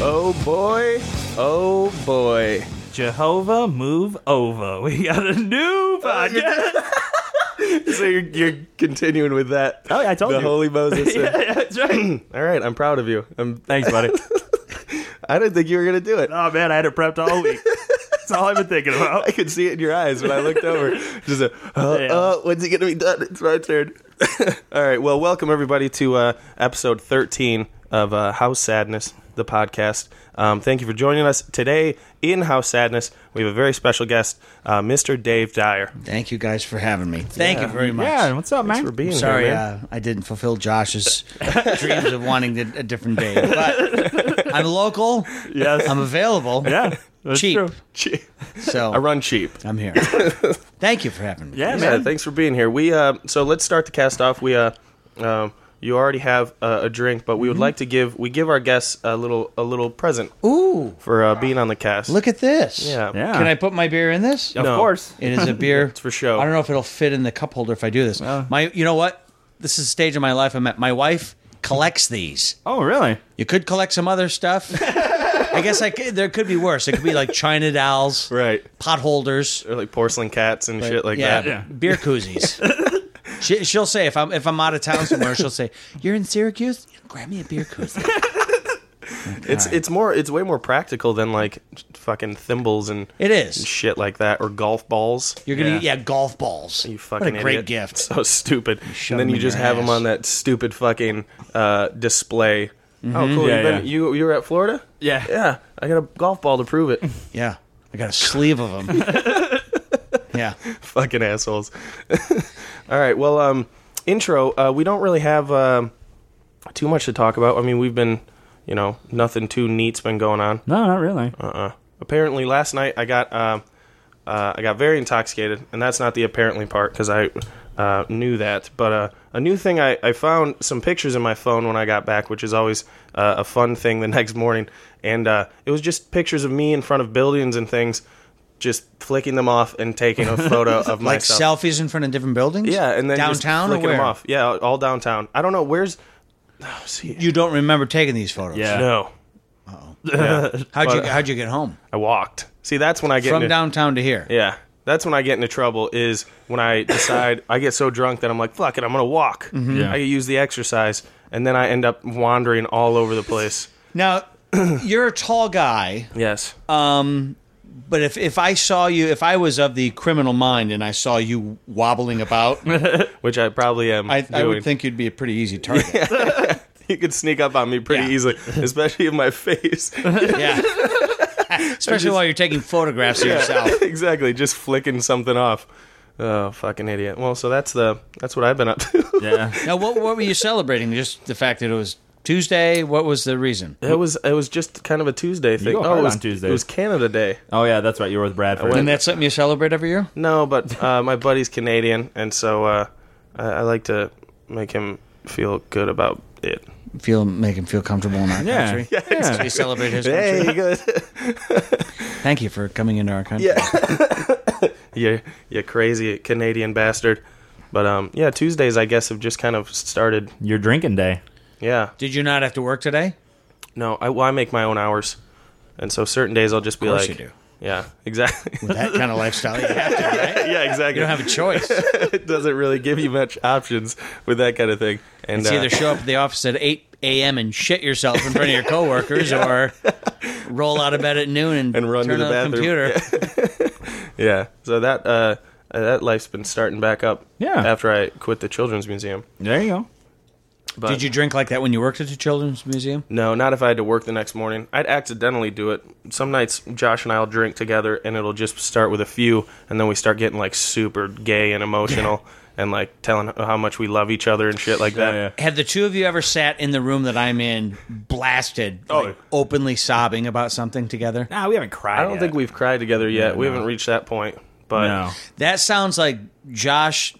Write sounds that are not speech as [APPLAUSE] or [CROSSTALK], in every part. boy. Oh boy. Jehovah, move over. [LAUGHS] We got a [LAUGHS] new podcast. [LAUGHS] So you're, you're continuing with that. Oh, yeah, I told the you. Holy Moses. [LAUGHS] yeah, yeah, that's right. All right, I'm proud of you. I'm, [CLEARS THROAT] Thanks, buddy. I didn't think you were going to do it. [LAUGHS] Oh man, I had it prepped all week. That's all I've been thinking I [LAUGHS] about. could see it in your eyes when I looked [LAUGHS] over. Just a, uh, Yeah. uh, when's it going to be done? It's my turn. [LAUGHS] All right. Well, welcome everybody to uh, episode 13 of uh, House Sadness, the podcast. Um, thank you for joining us today in House Sadness. We have a very special guest, uh, Mr. Dave Dyer. Thank you guys for having me. Thank you very much. Yeah, what's up, man? Thanks for being Sorry, here. [LAUGHS] man. uh, I didn't fulfill Josh's [LAUGHS] dreams of wanting a, a different day, but I'm local. Yes. I'm available. yeah, that's Cheap. true. Cheap. So I run cheap. [LAUGHS] I'm here. Thank you for having me. Yeah, Yeah, man. thanks for being here. We uh, so let's start the cast off. We uh, um, you already have uh, a drink, but we would like to give we give our guests a little a little present Mm-hmm. Ooh, for uh, being on the cast. look at this. yeah, Yeah. Can I put my beer in this? Of No. course. [LAUGHS] It is [LAUGHS] a beer. for show. I don't know if it'll fit in the cup holder if I do this. my, you know what? This is a stage of my life I'm at. My wife collects these. Oh, really? You could collect some other stuff. [LAUGHS] I guess I could, there could be worse. It could be like china dowels, right. pot holders. Or like porcelain cats and shit like yeah, that. Yeah. [LAUGHS] beer koozies. she, she'll say if I'm if I'm out of town somewhere, she'll say, "You're in Syracuse, grab me a beer koozie." It's it's more it's way more practical than like fucking thimbles and It is. shit like that or golf balls. You're gonna Yeah. yeah, golf balls. You fucking what a great idiot. [LAUGHS] gift. So stupid. and then them you in just your have them ass. on that stupid fucking uh, display. Mm-hmm. Oh, cool! Yeah, You've been- yeah. You you were at Florida? Yeah. Yeah, I got a golf ball to prove it. [LAUGHS] Yeah, I got a sleeve of them. yeah, fucking assholes. [LAUGHS] All right, well, um, intro. Uh, we don't really have um, too much to talk about. I mean, we've been, you know, nothing too neat's been going on. No, not really. Uh-uh. Apparently, last night I got, um uh, I got very intoxicated, and that's not the apparently part because I uh, knew that. But uh, a new thing I, I found some pictures in my phone when I got back, which is always uh, a fun thing the [LAUGHS] next morning, and uh, it was just pictures of me in front of buildings and things. Just flicking them off and taking [LAUGHS] a photo of like myself. selfies in front of different buildings. Yeah, and then just downtown or flicking where? them off. Yeah, all downtown. I don't know where's. Oh, see, You don't remember taking these photos. Yeah. no, How'd you But- How'd you get home I walked. See, that's when I get from into, downtown to here? Yeah, that's when I get into trouble. Is when I [COUGHS] decide I get so drunk that I'm like, fuck it, I'm gonna walk. Yeah. I use the exercise, and then I end up wandering all over the place. [CLEARS THROAT] Now, you're a tall guy. Yes. But if, if I saw you, if I was of the criminal mind and I saw you wobbling about, Which I probably am. I, I doing. would think you'd be a pretty easy target. [LAUGHS] Yeah. [LAUGHS] you could sneak up on me pretty Yeah. easily, especially in my face. Especially while you're taking photographs of [LAUGHS] yourself. exactly, just flicking something off. Oh, fucking idiot. Well, so that's the that's what I've been up to. [LAUGHS] Yeah. Now, what, what were you celebrating? Just the fact that it was Tuesday? What was the reason? It was it was just kind of a Tuesday thing. go oh, hard it was, on Tuesdays. It was Canada Day. [LAUGHS] Oh, yeah, that's right. You were with Bradford. And that's something you celebrate every year? No, but uh, my buddy's Canadian, and so uh, I, I like to make him feel good about it. Feel Make him feel comfortable in our yeah. country. Yeah. So you celebrate his country. Hey, good. Thank you for coming into our country. [LAUGHS] you you crazy Canadian bastard. But um, yeah, Tuesdays I guess have just kind of started. Your drinking day. Yeah. Did you not have to work today? No, I, well, I make my own hours, and so certain days I'll just be Of course like, you do. yeah, exactly. [LAUGHS] With that kind of lifestyle, you have to, right? yeah, exactly. You [LAUGHS] don't have a choice. it doesn't really give you much options with that kind of thing. And It's uh, either show up at the office at 8 a.m. and shit yourself in front of your [LAUGHS] coworkers or roll out of bed at noon and, And run to turn the on bathroom. computer. Yeah. So that uh, that life's been starting back up. Yeah. After I quit the Children's Museum. There you go. But Did you drink like that when you worked at the Children's Museum? No, not if I had to work the next morning. I'd accidentally do it. Some nights Josh and I'll drink together, and it'll just start with a few, and then we start getting like super gay and [LAUGHS] emotional, and like telling how much we love each other and shit like that. yeah. Have the two of you ever sat in the room that I'm in, blasted, Oh, like, openly sobbing about something together? Nah, we haven't cried. I don't think we've cried together yet. we no. haven't reached that point. But No. That sounds like Josh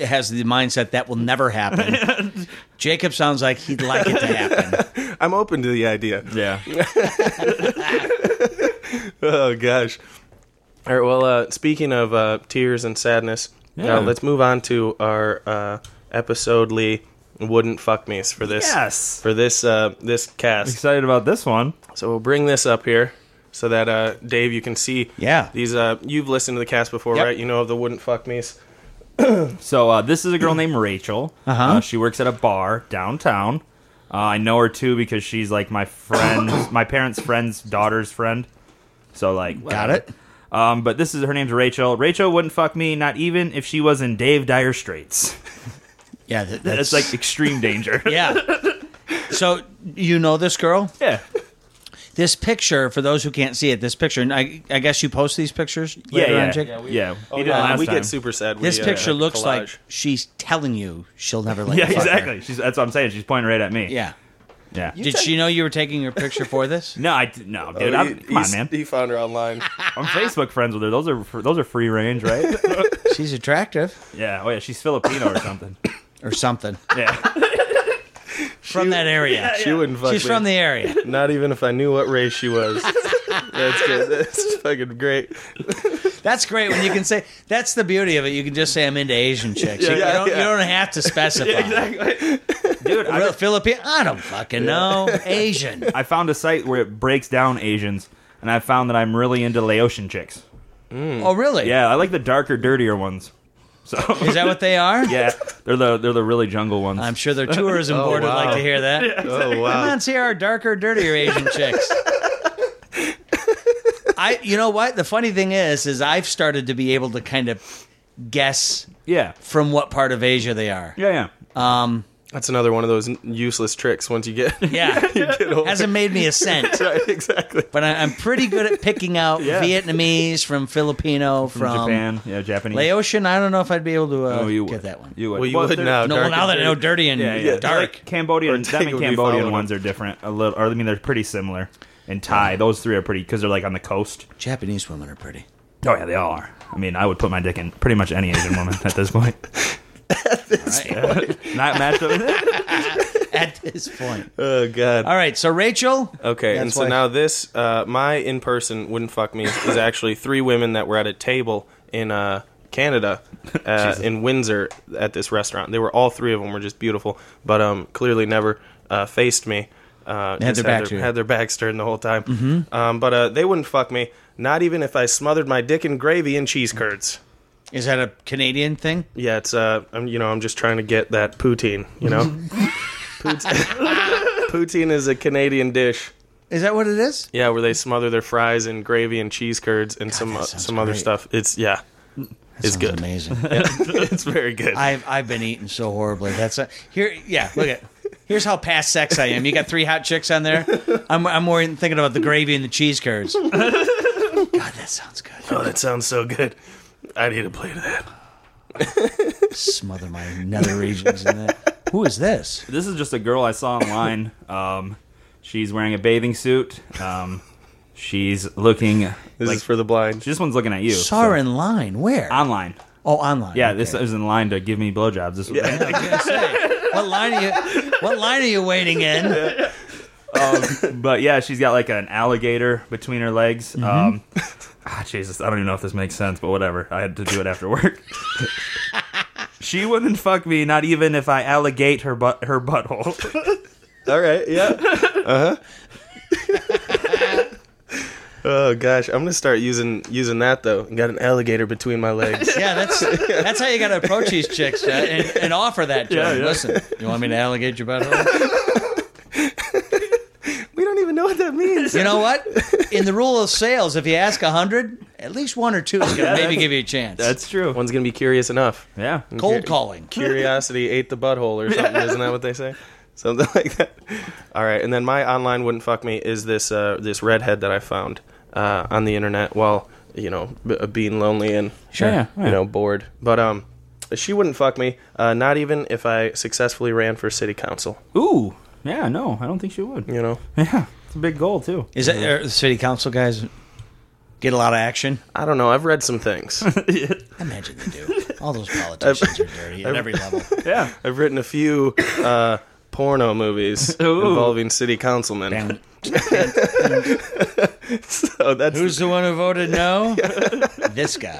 has the mindset that will never happen. [LAUGHS] Jacob sounds like he'd like it to happen. [LAUGHS] I'm open to the idea. [LAUGHS] Yeah. Oh gosh. All right. Well, uh, speaking of uh, tears and sadness, Yeah. uh, let's move on to our uh, episodely wouldn't fuck me's for this Yes. for this uh, this cast. Excited about this one. So we'll bring this up here so that uh, Dave, you can see. Yeah. These uh, you've listened to the cast before, Yep. right? You know of the wouldn't fuck Oh, me's. So uh, this is a [CLEARS THROAT] girl named Rachel. Uh-huh. Uh, she works at a bar downtown. Uh, I know her too because she's like my [COUGHS] friend, my parents' friend's daughter's friend. So like, [LAUGHS] Got it. Um, but this is her name's Rachel. Rachel wouldn't fuck me, not even if she was in Dave Dyer Straits. [LAUGHS] Yeah, that, That's that's like extreme danger. [LAUGHS] yeah. So you know this girl? yeah, This picture for those who can't see it, this picture. And I, I guess you post these pictures yeah, later on, yeah. Jake? yeah. we- oh, He did it last we time. get super sad. This we, uh, picture looks collage. like she's telling you she'll never let Yeah, you fuck her. exactly. She's, that's what I'm saying. She's pointing right at me. Yeah. yeah. Did she know you were taking her picture for this? no, I d- no, dude. Oh, I'm, he- come on, he's- man. He found her online. I'm Facebook friends with her. Those are fr- those are free range, [LAUGHS] right? She's attractive yeah. Oh yeah, she's Filipino or something. or something Yeah. from that area. she wouldn't fuck She's me. from the area. Not even if I knew what race she was. That's good. That's fucking great. That's great when you can say that's the beauty of it. You can just say I'm into Asian chicks. you, Yeah, you don't, yeah. you don't have to specify. Dude, I, Real Philippine? I don't fucking know. Asian. I found a site where it breaks down Asians, and I found that I'm really into Laotian chicks. Oh, really? Yeah, I like the darker, dirtier ones. So [LAUGHS] Is that what they are? yeah, they're the they're the really jungle ones. I'm sure their tourism board would like wow. to hear that. Oh Come wow. on, see our darker, dirtier Asian chicks. I, you know what? The funny thing is, is I've started to be able to kind of guess yeah, from what part of Asia they are. Um, yeah, yeah. That's another one of those n- useless tricks. Once you get, [LAUGHS] Yeah, you get over. [LAUGHS] hasn't made me a cent, Right, exactly. but I, I'm pretty good at picking out Yeah. Vietnamese from Filipino from, From Japan, yeah, Japanese. Laotian. I don't know if I'd be able to uh, oh, you get would. that one. You would. Well, you would they're- now. no, dark well, now and that I know dirty and Yeah, yeah. dark. Like Cambodian, Ortega them and would be Cambodian following ones are different. A little, or I mean, they're pretty similar. And Thai, those three are pretty because they're like on the coast. Japanese women are pretty. [LAUGHS] Oh yeah, they are. I mean, I would put my dick in pretty much any Asian woman at this [LAUGHS] point. Right? [LAUGHS] Not matched up. [LAUGHS] at this point. Oh god. All right, so Rachel. Okay, and That's so why- now this, uh, my in person wouldn't fuck me is actually three women that were at a table in uh, [LAUGHS] Canada, uh, in Windsor at this restaurant. They were all three of them were just beautiful, but um, clearly never uh, faced me. Uh, had just their back to you. Mm-hmm. had their backs turned the whole time. Um, but uh, they wouldn't fuck me, not even if I smothered my dick in gravy and cheese curds. Is that a Canadian thing? Yeah, it's uh, I'm you know I'm just trying to get that poutine, you know. [LAUGHS] poutine, [LAUGHS] poutine is a Canadian dish. Is that what it is? Yeah, where they smother their fries in gravy and cheese curds and some that uh, sounds some other great. stuff. It's yeah, it's Sounds good. Amazing. [LAUGHS] it's very good. I've I've been eating so horribly. That's a, here. Yeah, look at. Here's how past sex I am. You got three hot chicks on there. I'm I'm more in- thinking about the gravy and the cheese curds. God, that sounds good. oh, that sounds so good. I need a plate of that. Smother my nether regions in that. Who is this? This is just a girl I saw online. Um, she's wearing a bathing suit. Um, she's looking This like is for the blind. this one's looking at you. Saw her so- in line. Where? online. oh, online. Yeah, okay. this is in line to give me blowjobs. This I was gonna say, what line are you? What line are you waiting in? Um, but yeah, she's got like an alligator between her legs. Um, ah, Jesus, I don't even know if this makes sense, but whatever. I had to do it after work. she wouldn't fuck me, not even if I alligate her butt her butthole. All right, yeah. [LAUGHS] Uh huh. oh gosh, I'm gonna start using using that though. I got an alligator between my [LAUGHS] legs. Yeah, that's that's how you got to approach these chicks uh, and, and offer that. Yeah, yeah. Listen, you want me to alligate your butthole? we don't even know what that means. You know what? In the rule of sales, if you ask a hundred, at least one or two is going to maybe give you a chance. That's true. One's gonna be curious enough. yeah. cold calling. Curiosity ate the butthole or something. Isn't that what they say? [LAUGHS] Something like that. All right, and then my online wouldn't fuck me is this uh, this redhead that I found uh, on the internet while you know b- uh, being lonely and Sure. Yeah, yeah. you know bored. But um, she wouldn't fuck me. Uh, not even if I successfully ran for city council. Ooh. Yeah, no, I don't think she would. You know, Yeah. It's a big goal too. Is that are the city council guys get a lot of action? I don't know. I've read some [LAUGHS] things. I imagine they do. All those politicians are dirty at every level. Yeah. I've written a few uh, porno movies [LAUGHS] Ooh. involving city councilmen. [LAUGHS] And So that's Oh, [LAUGHS] who's the one who voted no? This guy.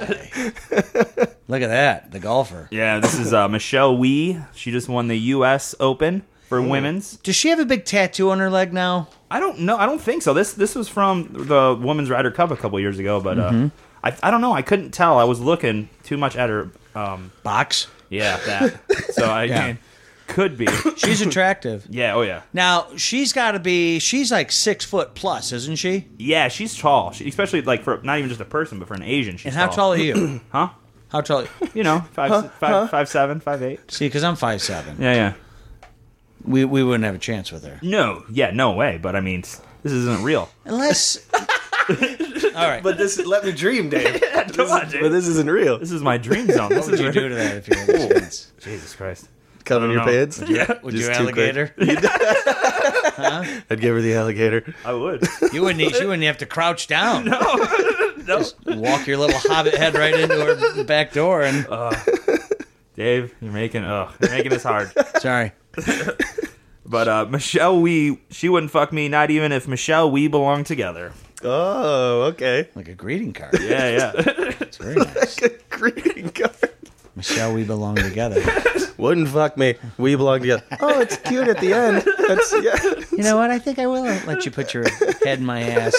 Look at that, the golfer. Yeah, this is uh, Michelle Wee. She just won the U.S. Open for women's. Does she have a big tattoo on her leg now? I don't know. I don't think so. This this was from the Women's Ryder Cup a couple years ago, but uh, I I don't know. I couldn't tell. I was looking too much at her. Um, Box. yeah, that. So I Yeah. mean, could be. She's attractive. Yeah. Oh yeah. Now she's got to be. She's like six foot plus, isn't she? Yeah. She's tall. She, especially like for not even just a person, but for an Asian. She's And how tall are you? Huh? How tall? You know, five s- five- five seven, five eight. See, because I'm five seven. Yeah. Yeah. We we wouldn't have a chance with her No. Yeah. No way. But I mean, this isn't real. [LAUGHS] unless. [LAUGHS] All right. But this let me dream, [LAUGHS] Dave. Come on, but dude. this isn't real. This is my dream zone. This What would is you do to that if you [LAUGHS] had a chance? Jesus Christ. Cut on your know. pants. Yeah. Would Just you too quick. alligator? I'd give her the alligator. I [LAUGHS] would. [LAUGHS] You wouldn't. Need, you wouldn't have to crouch down. No. [LAUGHS] Just walk your little hobbit head right into her back door and. Dave, you're making ugh, you're making this hard. sorry. [LAUGHS] But uh, Michelle Wee, she wouldn't fuck me, not even if Michelle Wee belonged together. Oh, okay. [LAUGHS] Like a greeting [LAUGHS] card. Yeah, yeah. It's very nice. Greeting card. Michelle, we belong together. Wouldn't fuck me. We belong together. Oh, it's cute at the end. That's yeah. You know what? I think I will let you put your head in my ass.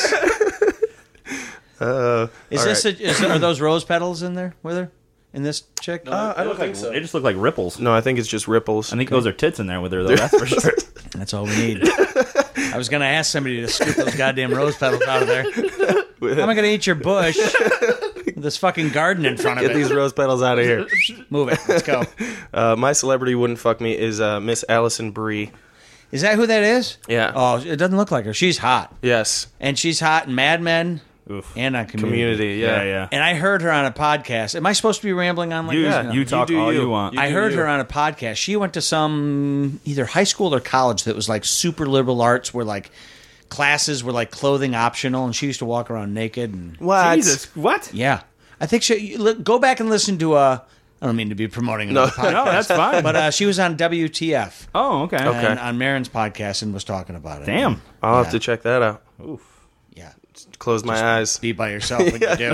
Uh, Is all this? right. A, is, are those rose petals in there with her? In this chick? Uh, I don't think so. They just look like ripples. No, I think it's just ripples. I think those are tits in there with her, though. That's [LAUGHS] for sure. That's all we need. I was gonna ask somebody to scoop those goddamn rose petals out of there. How am I gonna eat your bush? with This fucking garden in front of Get it. these rose petals out of here. Move it. Let's go. Uh, my celebrity wouldn't fuck me is uh, Miss Allison Brie. Is that who that is? Yeah. Oh, it doesn't look like her. She's hot, Yes. and she's hot in Mad Men Oof. and on Community. Community. Yeah. Yeah, yeah. And I heard her on a podcast. Am I supposed to be rambling on like You, this? Yeah. you talk do all you, you. want. You- I heard do her on a podcast. She went to some either high school or college that was like super liberal arts, where like classes were like clothing optional, and she used to walk around naked. And What? Jesus, what? yeah, I think she you look- go back and listen to. Uh, I don't mean to be promoting another podcast, No, that's fine. but uh, she was on WTF oh, okay. Okay. and on Marin's podcast and was talking about it. Damn. I'll have to check that out. Yeah, Close my eyes. be by yourself like you do.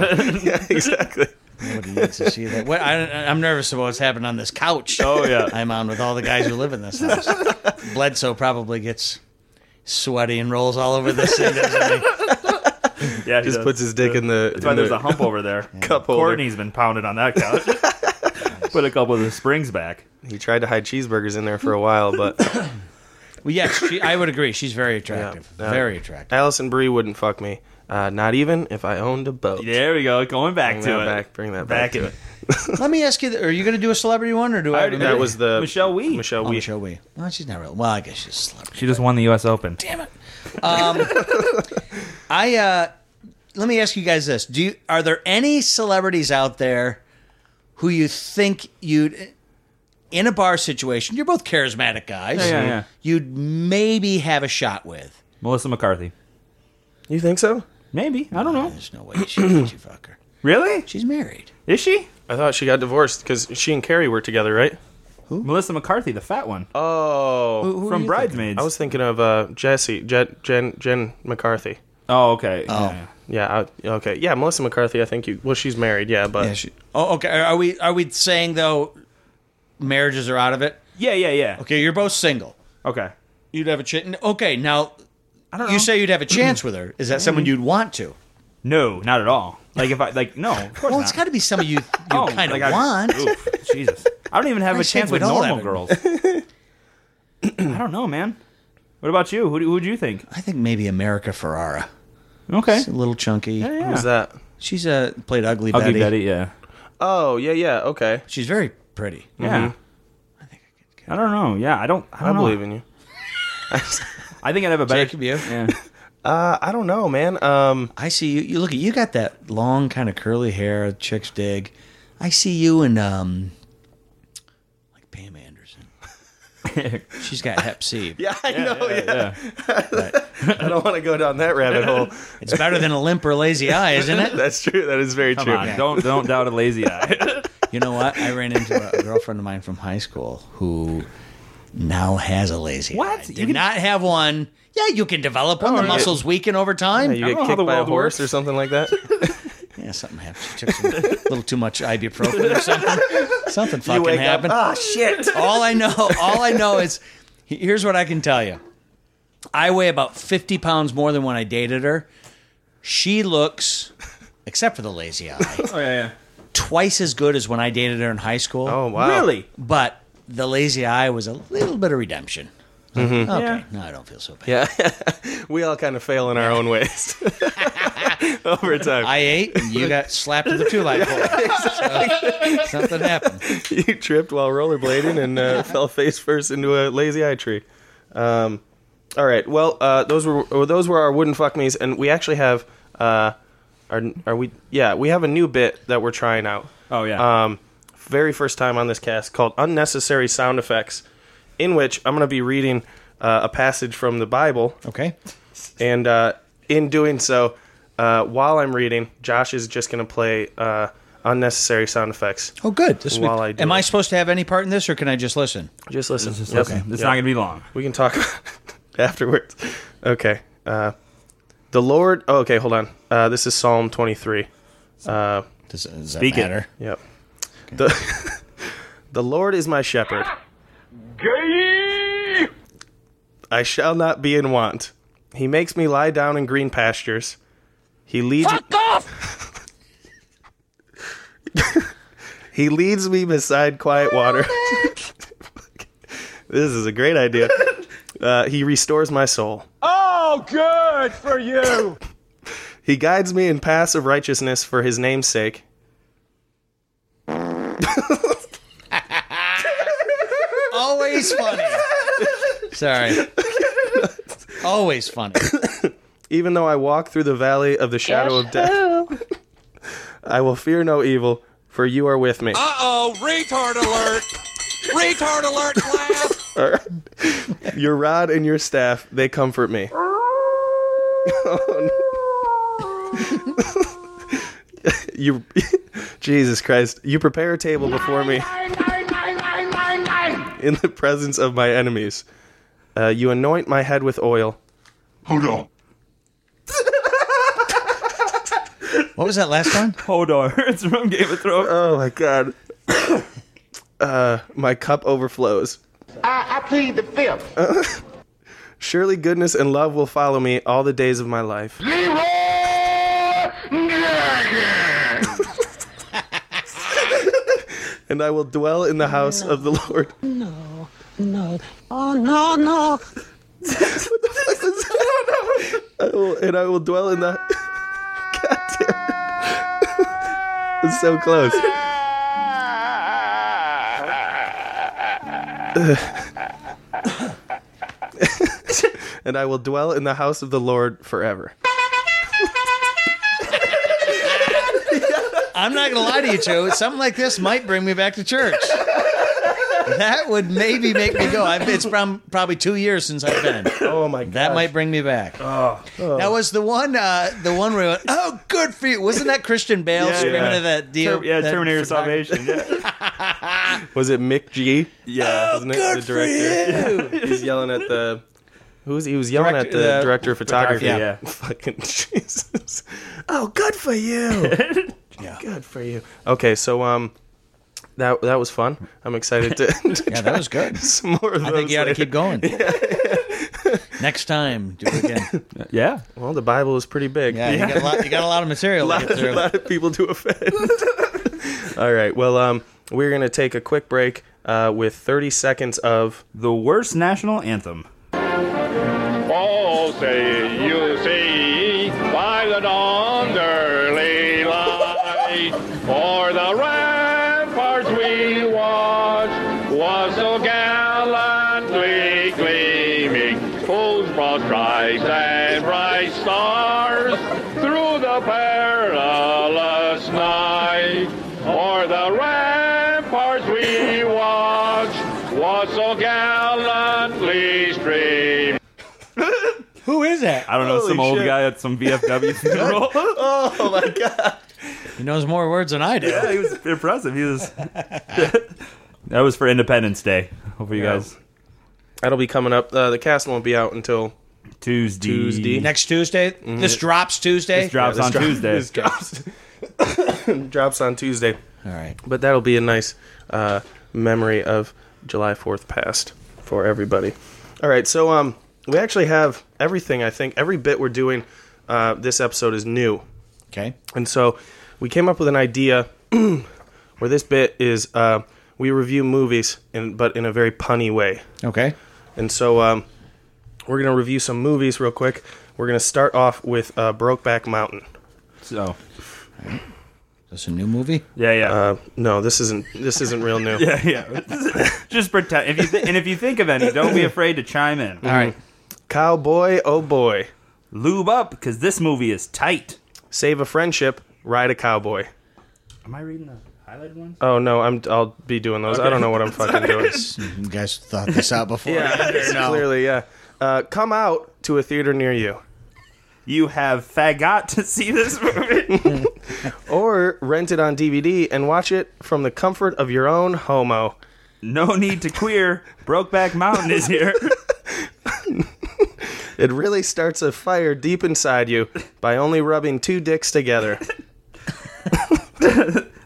yeah, [LAUGHS] exactly. Nobody needs to see that. What, I, I'm nervous about what's happening on this couch. Oh yeah. I'm on with all the guys who live in this house. Bledsoe probably gets sweaty and rolls all over this thing. doesn't he? yeah. he Just does. puts his dick in the. That's why in there's the- a hump over there. Cup holder. Courtney's been pounded on that couch. [LAUGHS] Put a couple of the springs back. He tried to hide cheeseburgers in there for a while, but [LAUGHS] Well, yes, she, I would agree. She's very attractive. Yeah. Very attractive. Allison Brie wouldn't fuck me. Uh, not even if I owned a boat. There we go. Going back Bring to that it. back. Bring that back. back to to it. Let me ask you: th- Are you going to do a celebrity one, or do I? already remember- That was the Michelle Wee. Michelle Oh, Wee. Michelle Wee. No, she's not real. Well, I guess she's a celebrity. Um, She just won the U.S. Open. Damn [LAUGHS] it. I uh, let me ask you guys this: Do you, are there any celebrities out there who you think you'd in a bar situation? You're both charismatic guys. Yeah, yeah, yeah. You'd maybe have a shot with. Melissa McCarthy. You think so? Maybe. I don't know. There's no way [CLEARS THROAT] she let you fuck her. Really? She's married. Is she? I thought she got divorced because she and Carrie were together, right? Melissa McCarthy, the fat one Oh, from Bridesmaids. I was thinking of uh, Jesse Jen, Jen Jen McCarthy. oh, okay. Oh. Yeah. Yeah. I, okay. Yeah, Melissa McCarthy. I think you. Well, she's married. Yeah, but Yeah, she, oh, okay. Are we are we saying though marriages are out of it? yeah, yeah, yeah. Okay. Okay, you're both single. You'd have a chance. Okay, now I don't know. you say you'd have a chance with her. Is that someone you'd want to? no, not at all. Like if I like no, of course Well, not. it's got to be someone [LAUGHS] you you Oh, kind of like I- want. Oof, Jesus, I don't even have I a said chance with we'd all normal have it. girls. [LAUGHS] I don't know, man. What about you? Who do, who do you think? I think maybe America Ferrara. Okay. She's a little chunky. Yeah. who's that? She's uh, played Ugly, Ugly Betty. Betty, yeah. Oh, yeah, yeah. Okay, She's very pretty. Yeah. Mm-hmm. I don't know. Yeah, I don't. I, I don't know. believe [LAUGHS] in you. I think I'd have a better. Jacob, you? [LAUGHS] Yeah. Uh, I don't know, man. Um, I see you. You look at you got that long kind of curly hair. Chicks dig. I see you and um, like Pam Anderson. [LAUGHS] She's got Hep C. yeah, I know. Yeah, yeah. [LAUGHS] I don't want to go down that rabbit hole. It's better than a limp or lazy eye, [LAUGHS] isn't it? [LAUGHS] That's true. That is very Come true. on, don't don't doubt a lazy [LAUGHS] eye. You know what? I ran into a- a girlfriend of mine from high school who now has a lazy What? eye. You Did can- not have one. Yeah, you can develop one. the muscles weaken over time. You I don't know get how kicked the by a world horse [LAUGHS] works. or something like that. Yeah, Yeah, something happened. She took some, a little too much ibuprofen or something. Something You fucking wake happened. "Ah." up. Oh shit! all I know, all I know is, here's what I can tell you. I weigh about 50 pounds more than when I dated her. She looks, except for the lazy eye, Oh yeah, twice as good as when I dated her in high school. Oh yeah. wow! Really? But the lazy eye was a little bit of redemption. Mm-hmm. Okay, Yeah. now I don't feel so bad. Yeah. [LAUGHS] we all kind of fail in our own ways [LAUGHS] over time. I ate, and you got slapped with a two light pole. So, something happened. [LAUGHS] you tripped while rollerblading and uh, fell face first into a lazy eye tree. Um, all right. Well, uh, those were well, those were our wooden fuck me's, and we actually have uh, are are we? Yeah, we have a new bit that we're trying out. Oh yeah. Um, very first time on this cast called unnecessary sound effects, in which I'm going to be reading uh, a passage from the Bible, Okay. and uh, in doing so, uh, while I'm reading, Josh is just going to play uh, unnecessary sound effects. Oh, good. This While would- I do am I it. supposed to have any part in this, or can I just listen? Just listen. Just Yep. listen. It's Yep. not gonna be long. We can talk [LAUGHS] afterwards. Okay. Uh, the Lord. Oh, okay, hold on. Uh, this is Psalm 23. Uh, Does, does that Speak it. matter? yep. The, [LAUGHS] the Lord is my shepherd. I shall not be in want. He makes me lie down in green pastures. He leads. [LAUGHS] he leads me beside quiet water. [LAUGHS] this is a great idea. Uh, he restores my soul. Oh, good for you. He guides me in paths of righteousness for his name's sake. Always [LAUGHS] funny. Sorry. Always funny. Even though I walk through the valley of the shadow of death, [LAUGHS] I will fear no evil, for you are with me. Uh-oh, retard alert. retard alert, class. Your rod and your staff, they comfort [LAUGHS] me. Oh, no. you, [LAUGHS] Jesus Christ, you prepare a table before me in the presence of my enemies. Uh, you anoint my head with oil. Hold on. What was that last one? Hodor. [LAUGHS] it's from Game of Thrones. Oh my God. [COUGHS] uh, my cup overflows. I, I plead the fifth. Uh. Surely goodness and love will follow me all the days of my life. and I will dwell in the house of the Lord. No. Oh, no, no. I will- and I will dwell in the. [LAUGHS] [LAUGHS] God damn it. It's so close. and I will dwell in the house of the Lord forever. I'm not going to lie to you two. Something like this might bring me back to church. That would maybe make me go. I've, it's from probably two years since [COUGHS] I've been. Oh my god. That might bring me back. Oh. That was the one. Uh, the one where we went, oh, good for you. Wasn't that Christian Bale Yeah, screaming yeah. at that deal? Ter- yeah, that [LAUGHS] Terminator Salvation. Yeah, Was it Mick G? yeah. Isn't it the director? [LAUGHS] He's yelling at the who's he was yelling Director- at the the- director of photography. [LAUGHS] photography, Fucking Jesus. Oh, good for [LAUGHS] you. Good for you. Okay, so um that that was fun. I'm excited [LAUGHS] to, to Yeah, that was [LAUGHS] good. some more of I think those you ought to later. keep going. Next time, do it again. yeah. Well, the Bible is pretty big. Yeah, You, got a lot, you got a lot of material. to [LAUGHS] get a through. lot of people to [LAUGHS] offend. All right. Well, um we're going to take a quick break uh, with 30 seconds of The worst national anthem. Oh, say you see by the dawn's early light, o'er the ramparts we watched was so gallantly gleaming, whose broad stripes and bright stars through the perilous night, o'er the ramparts we watched was so gallantly streaming. Who is that? I don't know, Holy some old shit. guy at [LAUGHS] some VFW funeral. [LAUGHS] Oh my god. He knows more words than I do. yeah, he was impressive. He was. [LAUGHS] that was for Independence Day. Hopefully, you Yeah. guys That'll be coming up. Uh, the cast won't be out until Tuesday. Tuesday. Next Tuesday. This drops Mm-hmm. [LAUGHS] Tuesday. This drops Yeah, this on dro- Tuesday. This drops. drops [COUGHS] on Tuesday. All right. But that'll be a nice uh, memory of July 4th past for everybody. All right, so um, we actually have everything, I think. Every bit we're doing uh, this episode is new. Okay. And so we came up with an idea [CLEARS THROAT] where this bit is uh, we review movies, in, but in a very punny way. Okay. And so um, we're going to review some movies real quick. We're going to start off with uh, Brokeback Mountain. So Is this a new movie? [LAUGHS] yeah, yeah. Uh, no, this isn't this isn't real new. yeah, Uh, [LAUGHS] yeah. Just pretend. If you th- and if you think of any, don't be afraid to chime in. All right. Cowboy, oh boy. Lube up because this movie is tight. Save a friendship, ride a cowboy. Am I reading the highlighted ones? Oh no, I'm I'll be doing those. I don't know what I'm fucking doing. You guys thought this out before. Yeah, clearly, yeah. Uh, come out to a theater near you, You have faggot to see this [LAUGHS] movie. or rent it on DVD and watch it from the comfort of your own homo. no need to queer. Brokeback Mountain is [LAUGHS] here. It really starts a fire deep inside you by only rubbing two dicks together.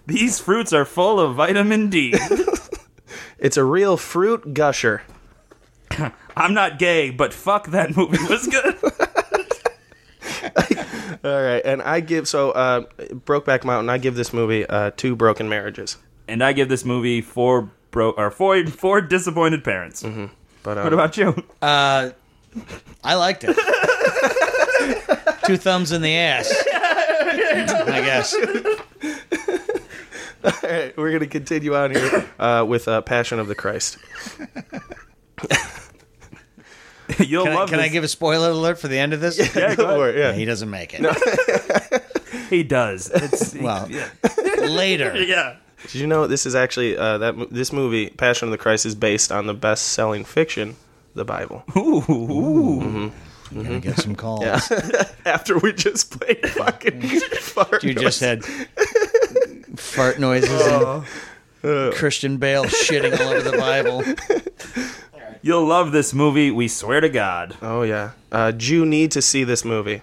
These fruits are full of vitamin D. It's a real fruit gusher. I'm not gay, but fuck that movie was [LAUGHS] good. All right, and I give so uh, Brokeback Mountain. I give this movie uh, two broken marriages. and I give this movie four bro or four four disappointed parents. But um, What about you? I liked it. Two thumbs in the ass. I guess. Alright, we're gonna continue on here uh, with uh, Passion of the Christ. [LAUGHS] You'll Can, I, love can I this. give a spoiler alert for the end of this? Yeah, [LAUGHS] go ahead. yeah. He doesn't make it. He does. It's, Well, yeah. later. [LAUGHS] yeah. Did you know this is actually uh, that mo- this movie Passion of the Christ is based on the best-selling fiction, the Bible. Ooh, ooh. I'm gonna get some calls. After we just played fucking [LAUGHS] fart You [LAUGHS] just had fart noises Oh. and Christian Bale shitting all over [LAUGHS] the Bible. You'll love this movie. We swear to God. Oh yeah, uh, Jew need to see this movie.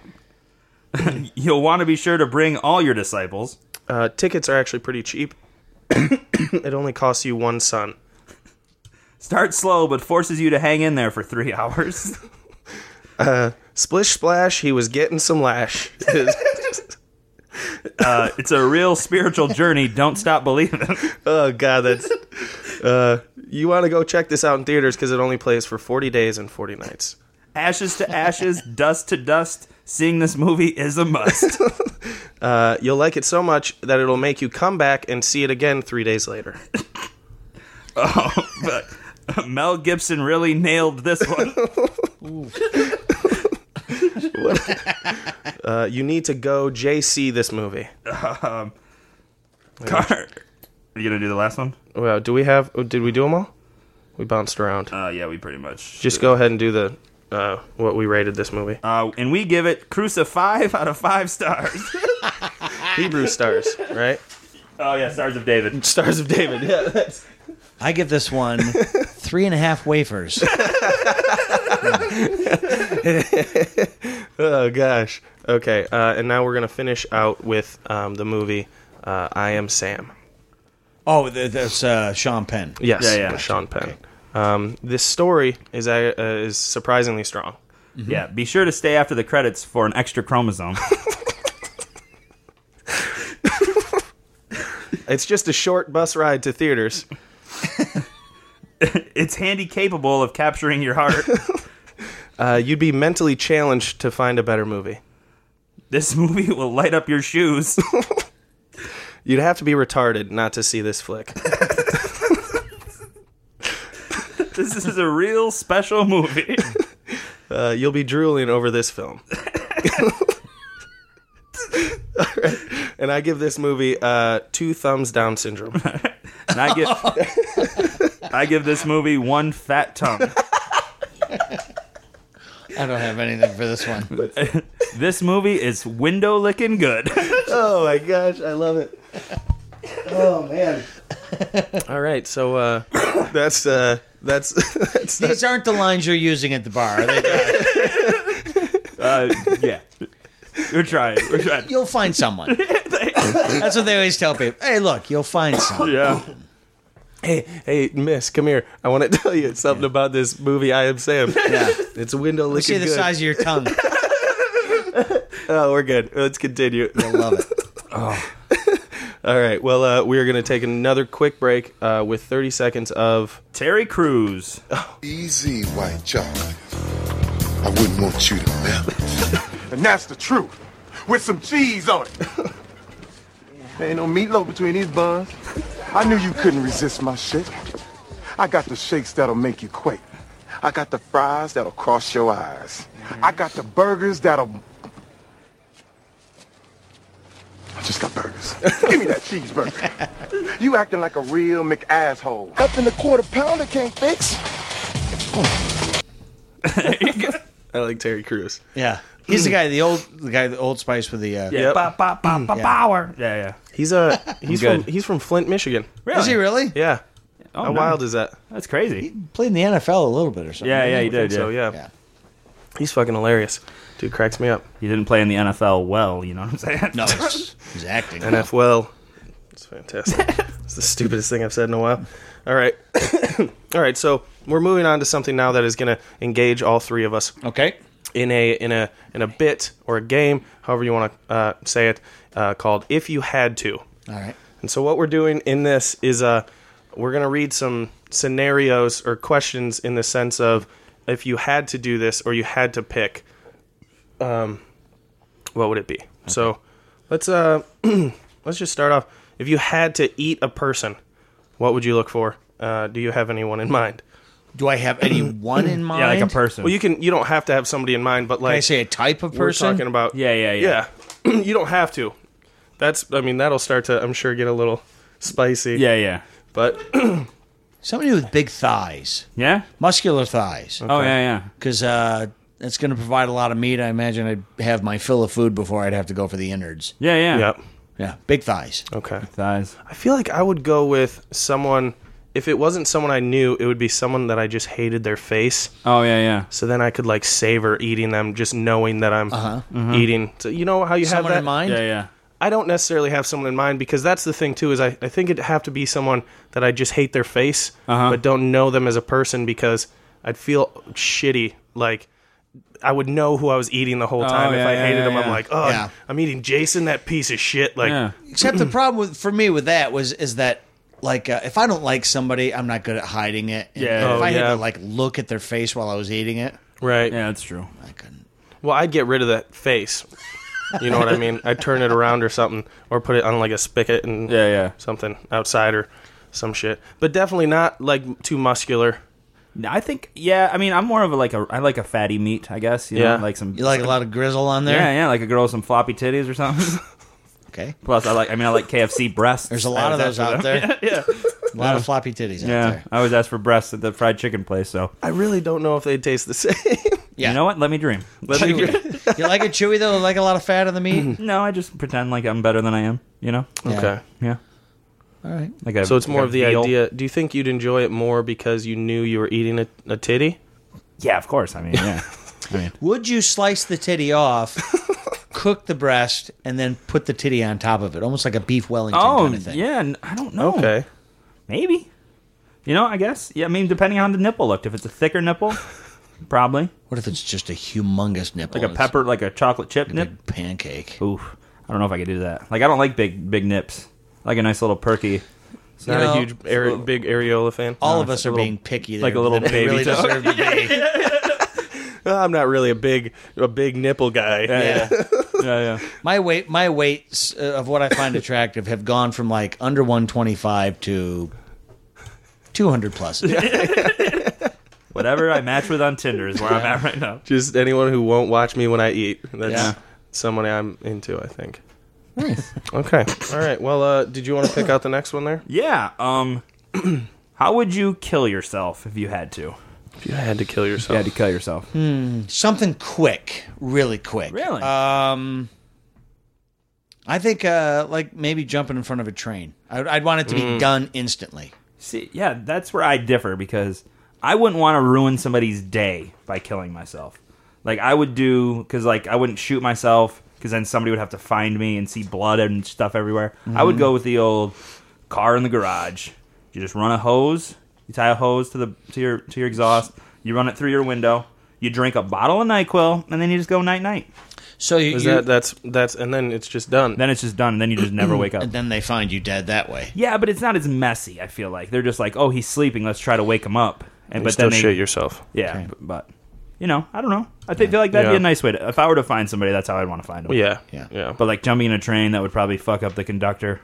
You'll want to be sure to bring all your disciples. Uh, tickets are actually pretty cheap. [COUGHS] it only costs you one son. Start slow, but forces you to hang in there for three [LAUGHS] hours. Splish splash, he was getting some lash. [LAUGHS] Uh, it's a real spiritual journey. Don't stop believing. oh god, that's. Uh, you want to go check this out in theaters because it only plays for 40 days and 40 nights. Ashes to ashes, dust to dust. Seeing this movie is a [LAUGHS] must. You'll like it so much that it'll make you come back and see it again three days later. [LAUGHS] Oh, but Mel Gibson really nailed this [LAUGHS] one. Uh, you need to go JC this movie. Car. Are you gonna do the last one? Well, do we have? oh, Did we do them all? We bounced around. Uh, yeah, we pretty much. Just go ahead and do the uh, what we rated this movie. Uh, and we give it Crucif five out of five stars. Hebrew [LAUGHS] stars, right? oh yeah, stars of David. Stars of David. Yeah, [LAUGHS] that's I give this one three and a [LAUGHS] half wafers. Oh gosh. Okay, uh, and now we're gonna finish out with um, the movie uh, I Am Sam. Oh, th- that's uh, Sean Penn. Yes, Yeah, yeah. with Sean Penn. Um, this story is uh, uh, is surprisingly strong. Yeah, be sure to stay after the credits for an extra chromosome. It's just a short bus ride to theaters. it's handy capable of capturing [LAUGHS] your heart. Uh, you'd be mentally challenged to find a better movie. this movie will light up your shoes. You'd have to be retarded not to see this [LAUGHS] flick. this is a real special movie. Uh, you'll be drooling over this [LAUGHS] film. [LAUGHS] All right. And I give this movie uh, two thumbs down syndrome. And I give I give this movie one fat tongue. I don't have anything for this one. This movie is window licking good. [LAUGHS] oh my gosh, I love [LAUGHS] it. Oh man. All right, so [COUGHS] uh, that's uh, that's [LAUGHS] that's These aren't the lines you're using at the bar. are they? Uh, yeah. We're trying. We're trying. You'll find someone. That's what they always tell people. Hey, look, you'll find some. Yeah. Hey, hey, miss, come here. I want to tell you something about this movie. I am Sam. Yeah. It's a window See looking the good. size of your tongue. Oh, we're good. Let's continue. I love it. All right. Well, uh, we are going to take another quick break uh, with 30 seconds of. Terry Crews. Easy, white chocolate. I wouldn't want you to melt. [LAUGHS] And that's the truth. With some cheese on it. there ain't no meatloaf between these buns. I knew you couldn't resist my shit. I got the shakes that'll make you quake. I got the fries that'll cross your eyes. I got the burgers that'll. I just got burgers. Give me that cheeseburger. [LAUGHS] You acting like a real McAsshole. Nothing the quarter pounder can't fix. I like Terry Crews. Yeah. He's the guy, the old, the guy, the Old Spice with the. Uh, Yeah. Yep. Ba, ba, ba, ba, Power. Yeah, yeah. He's uh, he's good. from he's from Flint, Michigan. Is he really? Yeah. Oh, How no. wild is that? That's crazy. Played in the NFL a little bit or something. Yeah, yeah, he I think did. Yeah. So yeah. Yeah. He's fucking hilarious. Dude cracks me up. He didn't play in the NFL well, you know what I'm saying? No, he's he's acting. NF well. It's fantastic. it's the stupidest thing I've said in a while. All right. [COUGHS] all right, so we're moving on to something now that is going to engage all three of us Okay. in a in a in a bit or a game, however you want to uh, say it, uh, called "If You Had to." All right. And so what we're doing in this is uh, we're going to read some scenarios or questions in the sense of if you had to do this or you had to pick, um, what would it be? So let's uh, [CLEARS THROAT] let's just start off. If you had to eat a person, what would you look for? Uh, do you have anyone in mind? Do I have anyone in mind? Yeah, like a person. Well, you can. You don't have to have somebody in mind, but like Can I say a type of we're person? talking about. Yeah, yeah, yeah. Yeah, [CLEARS THROAT] you don't have to. That's. I mean, that'll start to. I'm sure get a little spicy. yeah, yeah. But [CLEARS THROAT] Somebody with big thighs, Yeah? muscular thighs, Oh, yeah, yeah. because uh, that's going to provide a lot of meat. I imagine I'd have my fill of food before I'd have to go for the innards. Yeah, yeah. Yep. Yeah, big thighs. Okay. Thighs. I feel like I would go with someone. If it wasn't someone I knew, it would be someone that I just hated their face. Oh, yeah, yeah. So then I could like savor eating them, just knowing that I'm Uh-huh. Mm-hmm. eating. So you know how you have Someone that. in mind? Yeah, yeah. I don't necessarily have someone in mind because that's the thing too. Is I, I think it'd have to be someone that I just hate their face, Uh-huh. but don't know them as a person because I'd feel shitty. Like I would know who I was eating the whole time if Oh, yeah, I yeah, hated yeah, them. I'm yeah. like, oh, Yeah. I'm eating Jason, that piece of shit. Like, Yeah. Except the problem with, for me with that was is that like uh, if I don't like somebody, I'm not good at hiding it. And Yeah. if Oh, I had yeah. to like look at their face while I was eating it, right? Yeah, that's true. I couldn't. Well, I'd get rid of that face. You know what I [LAUGHS] mean? I'd turn it around or something, or put it on like a spigot and Yeah, yeah. something outside or some shit. But definitely not like too muscular. I think, yeah, I mean, I'm more of a, like, a, I like a fatty meat, I guess. You Yeah. Know? Like some. You like a lot of grizzle on there. yeah, yeah, like a girl with some floppy titties [LAUGHS] or something. Okay. Plus, I like, I mean, I like KFC breasts. There's a lot of those out there. yeah. A lot of floppy titties [LAUGHS] out Yeah. there. I always ask for breasts at the fried chicken place, so. I really don't know if they taste the [LAUGHS] same. Yeah. You know what? Let me [LAUGHS] dream. Let me dream. Chewy. you like it chewy though? Like a lot of fat on the [LAUGHS] meat? No, I just pretend like I'm better than I am, you know? Yeah. Okay. Yeah. All right. Like a, So it's more like a of the veal. idea. Do you think you'd enjoy it more because you knew you were eating a, a titty? Yeah, of course. I mean, [LAUGHS] yeah. I mean, Would you slice the [LAUGHS] titty off, cook the breast, and then put the titty on top of it? Almost like a beef Wellington oh, kind of thing. yeah. n- I don't know. Okay. Maybe. You know, I guess. Yeah, I mean, depending on the nipple looked. If it's a [LAUGHS] thicker nipple, probably. What if it's just a humongous nipple? Like a and it's pepper, like a chocolate chip a nip. big pancake. Oof. I don't know if I could do that. Like, I don't like big, big nips. I like a nice little perky. Not know, a huge, are- big areola fan. All No. of us are being picky. like there, a little that baby really toe. deserve to be. I'm not really a big, a big nipple guy. Yeah, [LAUGHS] yeah. [LAUGHS] yeah, yeah. My weight, my weights uh, of what [LAUGHS] I find attractive have gone from like under 125 to [LAUGHS] 200 plus. Whatever I match with on Tinder is where I'm at right now. Just anyone who won't watch me when I eat. That's Yeah. someone I'm into, I think. Okay. All right. Well, uh, did you want to pick out the next one there? Yeah. Um, [CLEARS THROAT] how would you kill yourself if you had to? If you had to kill You yourself. had to kill yourself. Something quick, really quick. Really? Um, I think uh, like maybe jumping in front of a train. I'd, I'd want it to be Mm. done instantly. See, yeah, that's where I differ because I wouldn't want to ruin somebody's day by killing myself. Like I would do because like I wouldn't shoot myself. because then somebody would have to find me and see blood and stuff everywhere. I would go with the old car in the garage. You just run a hose. You tie a hose to the to your to your exhaust. You run it through your window. You drink a bottle of Nyquil, and then you just go night night. So you, Is you- that that's that's and then it's just done. Then it's just done, and then you just never wake up. and then they find you dead that way. Yeah, but it's not as messy. I feel like they're just like, oh, he's sleeping. Let's try to wake him up. And you but still then they, shit yourself. yeah, b- but you know, I don't know. I think, feel like that'd be Yeah. a nice way to. If I were to find somebody, that's how I'd want to find them. Well, yeah, Yeah. yeah. But like jumping in a train, that would probably fuck up the conductor.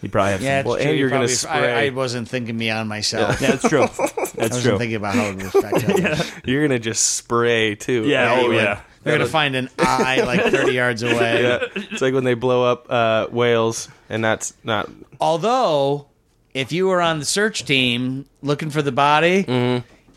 He'd probably have. Yeah, Some, Well, it's and true. you're gonna Probably- I, spray- I wasn't thinking beyond myself. yeah, that's true. [LAUGHS] I That's wasn't true. thinking about how it would [LAUGHS] affect others. You're gonna just spray too. yeah, you oh would. yeah. They're gonna find an eye like 30 yards [LAUGHS] away. yeah. It's like when they blow up uh, whales, and that's not. Although, if you were on the search team looking for the body,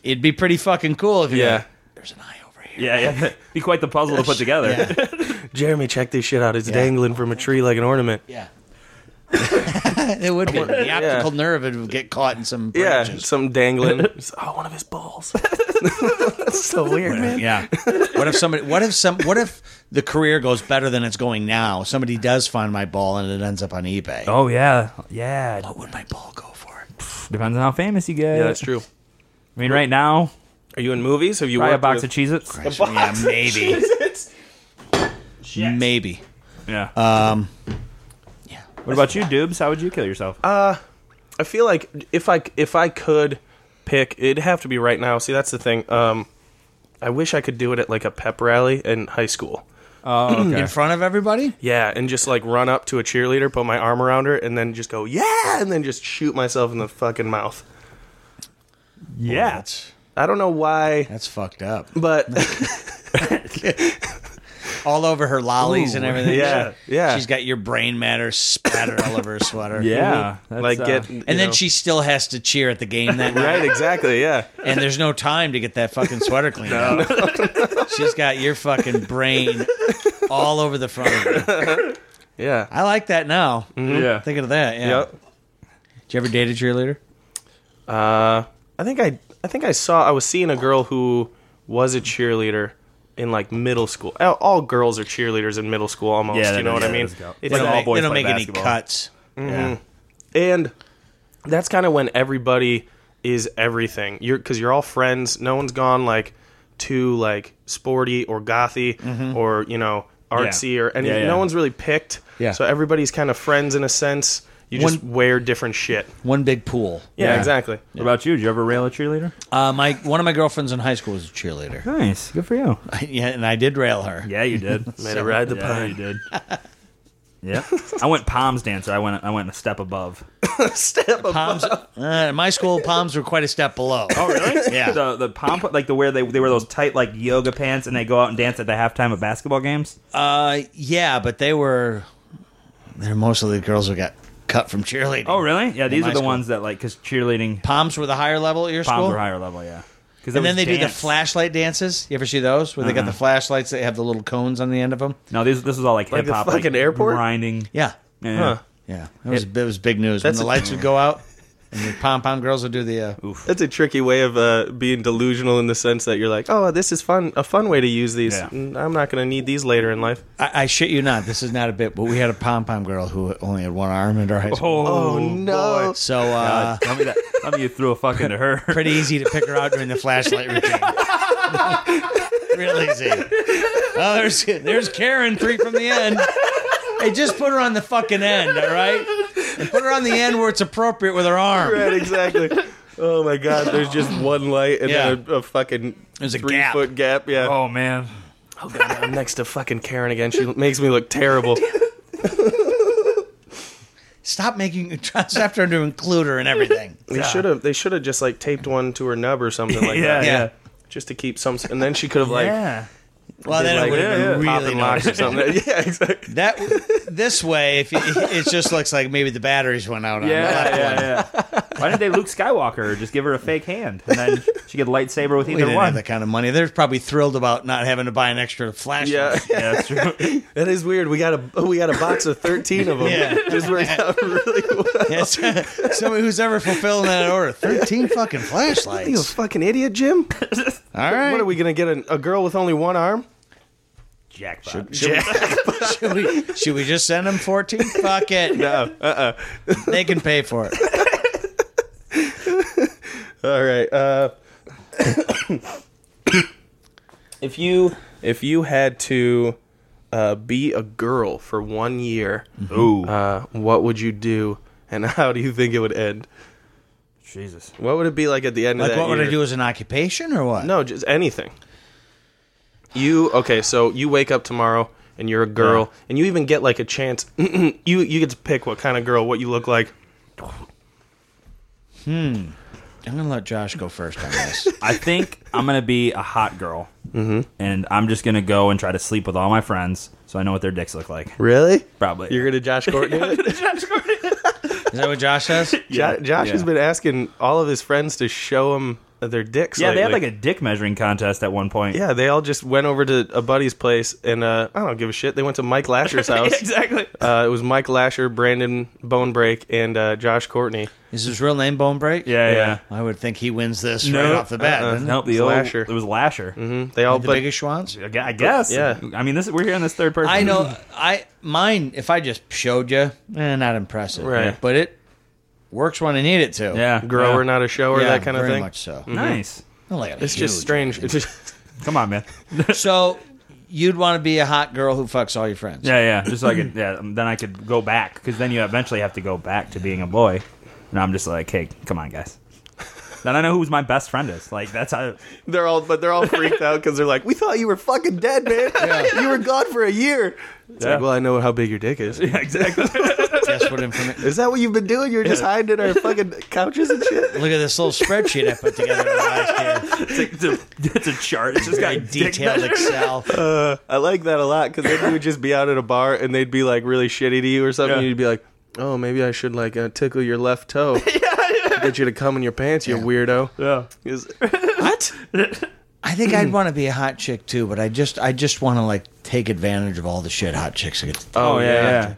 it'd be pretty fucking cool. If you're Mm-hmm. Yeah. like, there's an eye over here. Yeah, yeah. [LAUGHS] Be quite the puzzle to put together. Yeah. Jeremy, check this shit out. It's dangling from a tree like an ornament. Yeah. [LAUGHS] it would be. The optical nerve would get caught in some Yeah, branches. some [LAUGHS] dangling. It's, oh, one of his balls. [LAUGHS] that's so weird, [LAUGHS] man. Yeah. What if somebody? What if some? What if the career goes better than it's going now? Somebody does find my ball and it ends up on eBay. Oh yeah, yeah. What would my ball go for? Depends on how famous you get. Yeah, that's true. I mean, right now, Are you in movies? Have you buy a worked box [LAUGHS] with- of Cheez-Its. Yeah, maybe, maybe. [LAUGHS] Yeah. Um. Yeah. What about you, Dubes? How would you kill yourself? Um, I feel like if I if I could pick, it'd have to be right now. See, that's the thing. Um, I wish I could do it at like a pep rally in high school. oh, okay. In front of everybody. Yeah, and just like run up to a cheerleader, put my arm around her, and then just go yeah, and then just shoot myself in the fucking mouth. yeah. Oh, That's I don't know why, that's fucked up. but all over her lollies and everything. yeah, yeah. She's got your brain matter spattered all over her sweater. Yeah. That's, [LAUGHS] like uh, get you And then know. she still has to cheer at the game that night, right exactly yeah and there's no time to get that fucking sweater cleaned up. [LAUGHS] She's got your fucking brain all over the front of her. yeah. I like that now. Yeah. Thinking of that, yeah. Yep. Did you ever date a cheerleader? Uh, I think I I think I saw I was seeing a girl who was a cheerleader in like middle school. All, all girls are cheerleaders in middle school almost. Yeah, that you know does- what yeah, I mean? that does count. It's Like all all they boys don't play make basketball. any cuts. Yeah. and that's kind of when everybody is everything. You're because you're all friends. No one's gone like too like sporty or gothy or you know artsy or any. Mm-hmm. Yeah, yeah. No one's really picked. Yeah. So everybody's kind of friends in a sense. You just One- wear different shit. One big pool. Yeah, Yeah. exactly. What about you? Did you ever rail a cheerleader? Uh, my one of my girlfriends in high school was a cheerleader. Nice. Good for you. [LAUGHS] yeah, and I did rail her. [LAUGHS] Yeah, you [LAUGHS] did. Made her ride the yeah, pine. you did. [LAUGHS] Yeah. I went palms dancer. I went I went a step above. Step up. [LAUGHS] Palms. Uh, in my school, palms were quite a step below. [LAUGHS] Oh, really? Yeah. The the palm like the where they they wear those tight like yoga pants and they go out and dance at the halftime of basketball games. Uh, yeah, but they were they're mostly the girls who got cut from cheerleading. Oh, really? Yeah, these my are the school. ones that like cuz cheerleading Palms were the higher level at your palms school. were higher level, yeah. Cuz And then they do the flashlight dances. You ever see those where they got the flashlights that have the little cones on the end of them? No, this this is all like, Like the hip hop fucking airport? grinding. Yeah, Yeah. Huh. yeah. That was, it, was big news when That's the a- lights would go out and the pom pom girls would do the. Uh, That's a tricky way of uh, being delusional in the sense that you're like, oh, this is fun, a fun way to use these. Yeah. Mm, I'm not going to need these later in life. I, I shit you not, this is not a bit, but we had a pom pom girl who only had one arm in her high school. Oh, no. So uh, tell me that. Tell me you threw a fuck into her. pretty easy to pick her out during the flashlight routine. Real easy. Oh, there's there's Karen three from the end. Hey, just put her on the fucking end, all right? And put her on the end where it's appropriate with her arm. Right, exactly. oh my God, there's just one light and then a, a fucking There's a three gap. foot gap. Yeah. [LAUGHS] Oh man. I'm next to fucking Karen again. She makes me look terrible. Stop making trying after her to include her in everything. They should have. They should have just like taped one to her nub or something like yeah, that, yeah. just to keep some. And then she could have like, yeah. Well, then like it would have yeah, been yeah, really popping locks or noticeable. something. [LAUGHS] yeah, [LAUGHS] exactly. That this way, if you, it just looks like maybe the batteries went out on Yeah, that. yeah, [LAUGHS] yeah. Why didn't they Luke Skywalker or just give her a fake hand and then she could lightsaber with We either didn't have one? that kind of money. They're probably thrilled about not having to buy an extra flashlight. Yeah, [LAUGHS] Yeah, that's [LAUGHS] true. that is weird. We got a we got a box of thirteen of them. Yeah. [LAUGHS] just worked out really well. Yeah, so- [LAUGHS] somebody who's ever fulfilling that order. 13 fucking You a flashlights. fucking idiot, Jim. All right. What are we gonna get? A, a girl with only one arm? Jackpot. Should we, should we just send them [LAUGHS] 14? Fuck it. No, uh-uh. They can pay for [LAUGHS] it. All right. Uh, if you if you had to uh, be a girl for one year, Ooh, uh, what would you do, and [LAUGHS] how do you think it would end? Jesus. What would it be like at the end of Like, that what would I year? do as an occupation or what? No, just anything. You okay? So you wake up tomorrow and you're a girl, and you even get like a chance. [CLEARS THROAT] you you get to pick what kind of girl, what you look like. I'm going to let Josh go first on this. I think I'm gonna be a hot girl, Mm-hmm. and I'm just gonna go and try to sleep with all my friends, so I know what their dicks look like. Really? Probably. You're gonna Josh Gordon? it? Is that what [LAUGHS] Josh says? Jo- Josh has Yeah. been asking all of his friends to show him their dicks. yeah, they had lately. like a dick measuring contest at one point. Yeah, they all just went over to a buddy's place, and uh, I don't give a shit. They went to Mike [LAUGHS] Lasher's house. exactly. [LAUGHS] Uh, it was Mike Lasher, Brandon Bonebreak, and uh, Josh Courtney. Is his real name Bone Break? Yeah, yeah. I would think he wins this No. right off the bat. Uh-uh. doesn't Nope, the It's old, Lasher. It was Lasher. They all he? The but biggest Schwans? I gue- I guess. Mm-hmm. Yeah. I mean, this we're here in this third person. I know. I mine. If I just showed you, eh, not impressive. Right. But it works when I need it to. Yeah. grower, Mm-hmm. Yeah. not a shower, Yeah, that kind of very thing. Mm. Much so. Nice. Not like a It's just huge- [LAUGHS] strange. It's just- Come on, man. So you'd want to be a hot girl who fucks all your friends. Yeah, yeah. Just so I could, yeah. um, Then I could go back because then you eventually have to go back to being a boy, and I'm just like, hey, come on, guys. then I know who's my best friend is. Like that's how. [LAUGHS] they're all, but they're all freaked out because they're like, "We thought you were fucking dead, [LAUGHS] man. You were gone for a year." It's Yeah. like, well, I know how big your dick is. [LAUGHS] Yeah, exactly. That's what information. Is that what you've been doing? You're just hiding in our fucking couches and [LAUGHS] shit. Look at this little spreadsheet I put together last year. it's, a, it's a- it's a chart. It's just got Very dick detailed measures. Excel. I like that a lot because then you would just be out at a bar and they'd be like really shitty to you or something. Yeah. And you'd be like, "Oh, maybe I should like uh, tickle your left toe, [LAUGHS] get you to come in your pants, you weirdo." Yeah. [LAUGHS] Is- Oh, What? I [CLEARS THROAT] think I'd want to be a hot chick too, but I just I just want to like take advantage of all the shit hot chicks get to do Oh, yeah, yeah.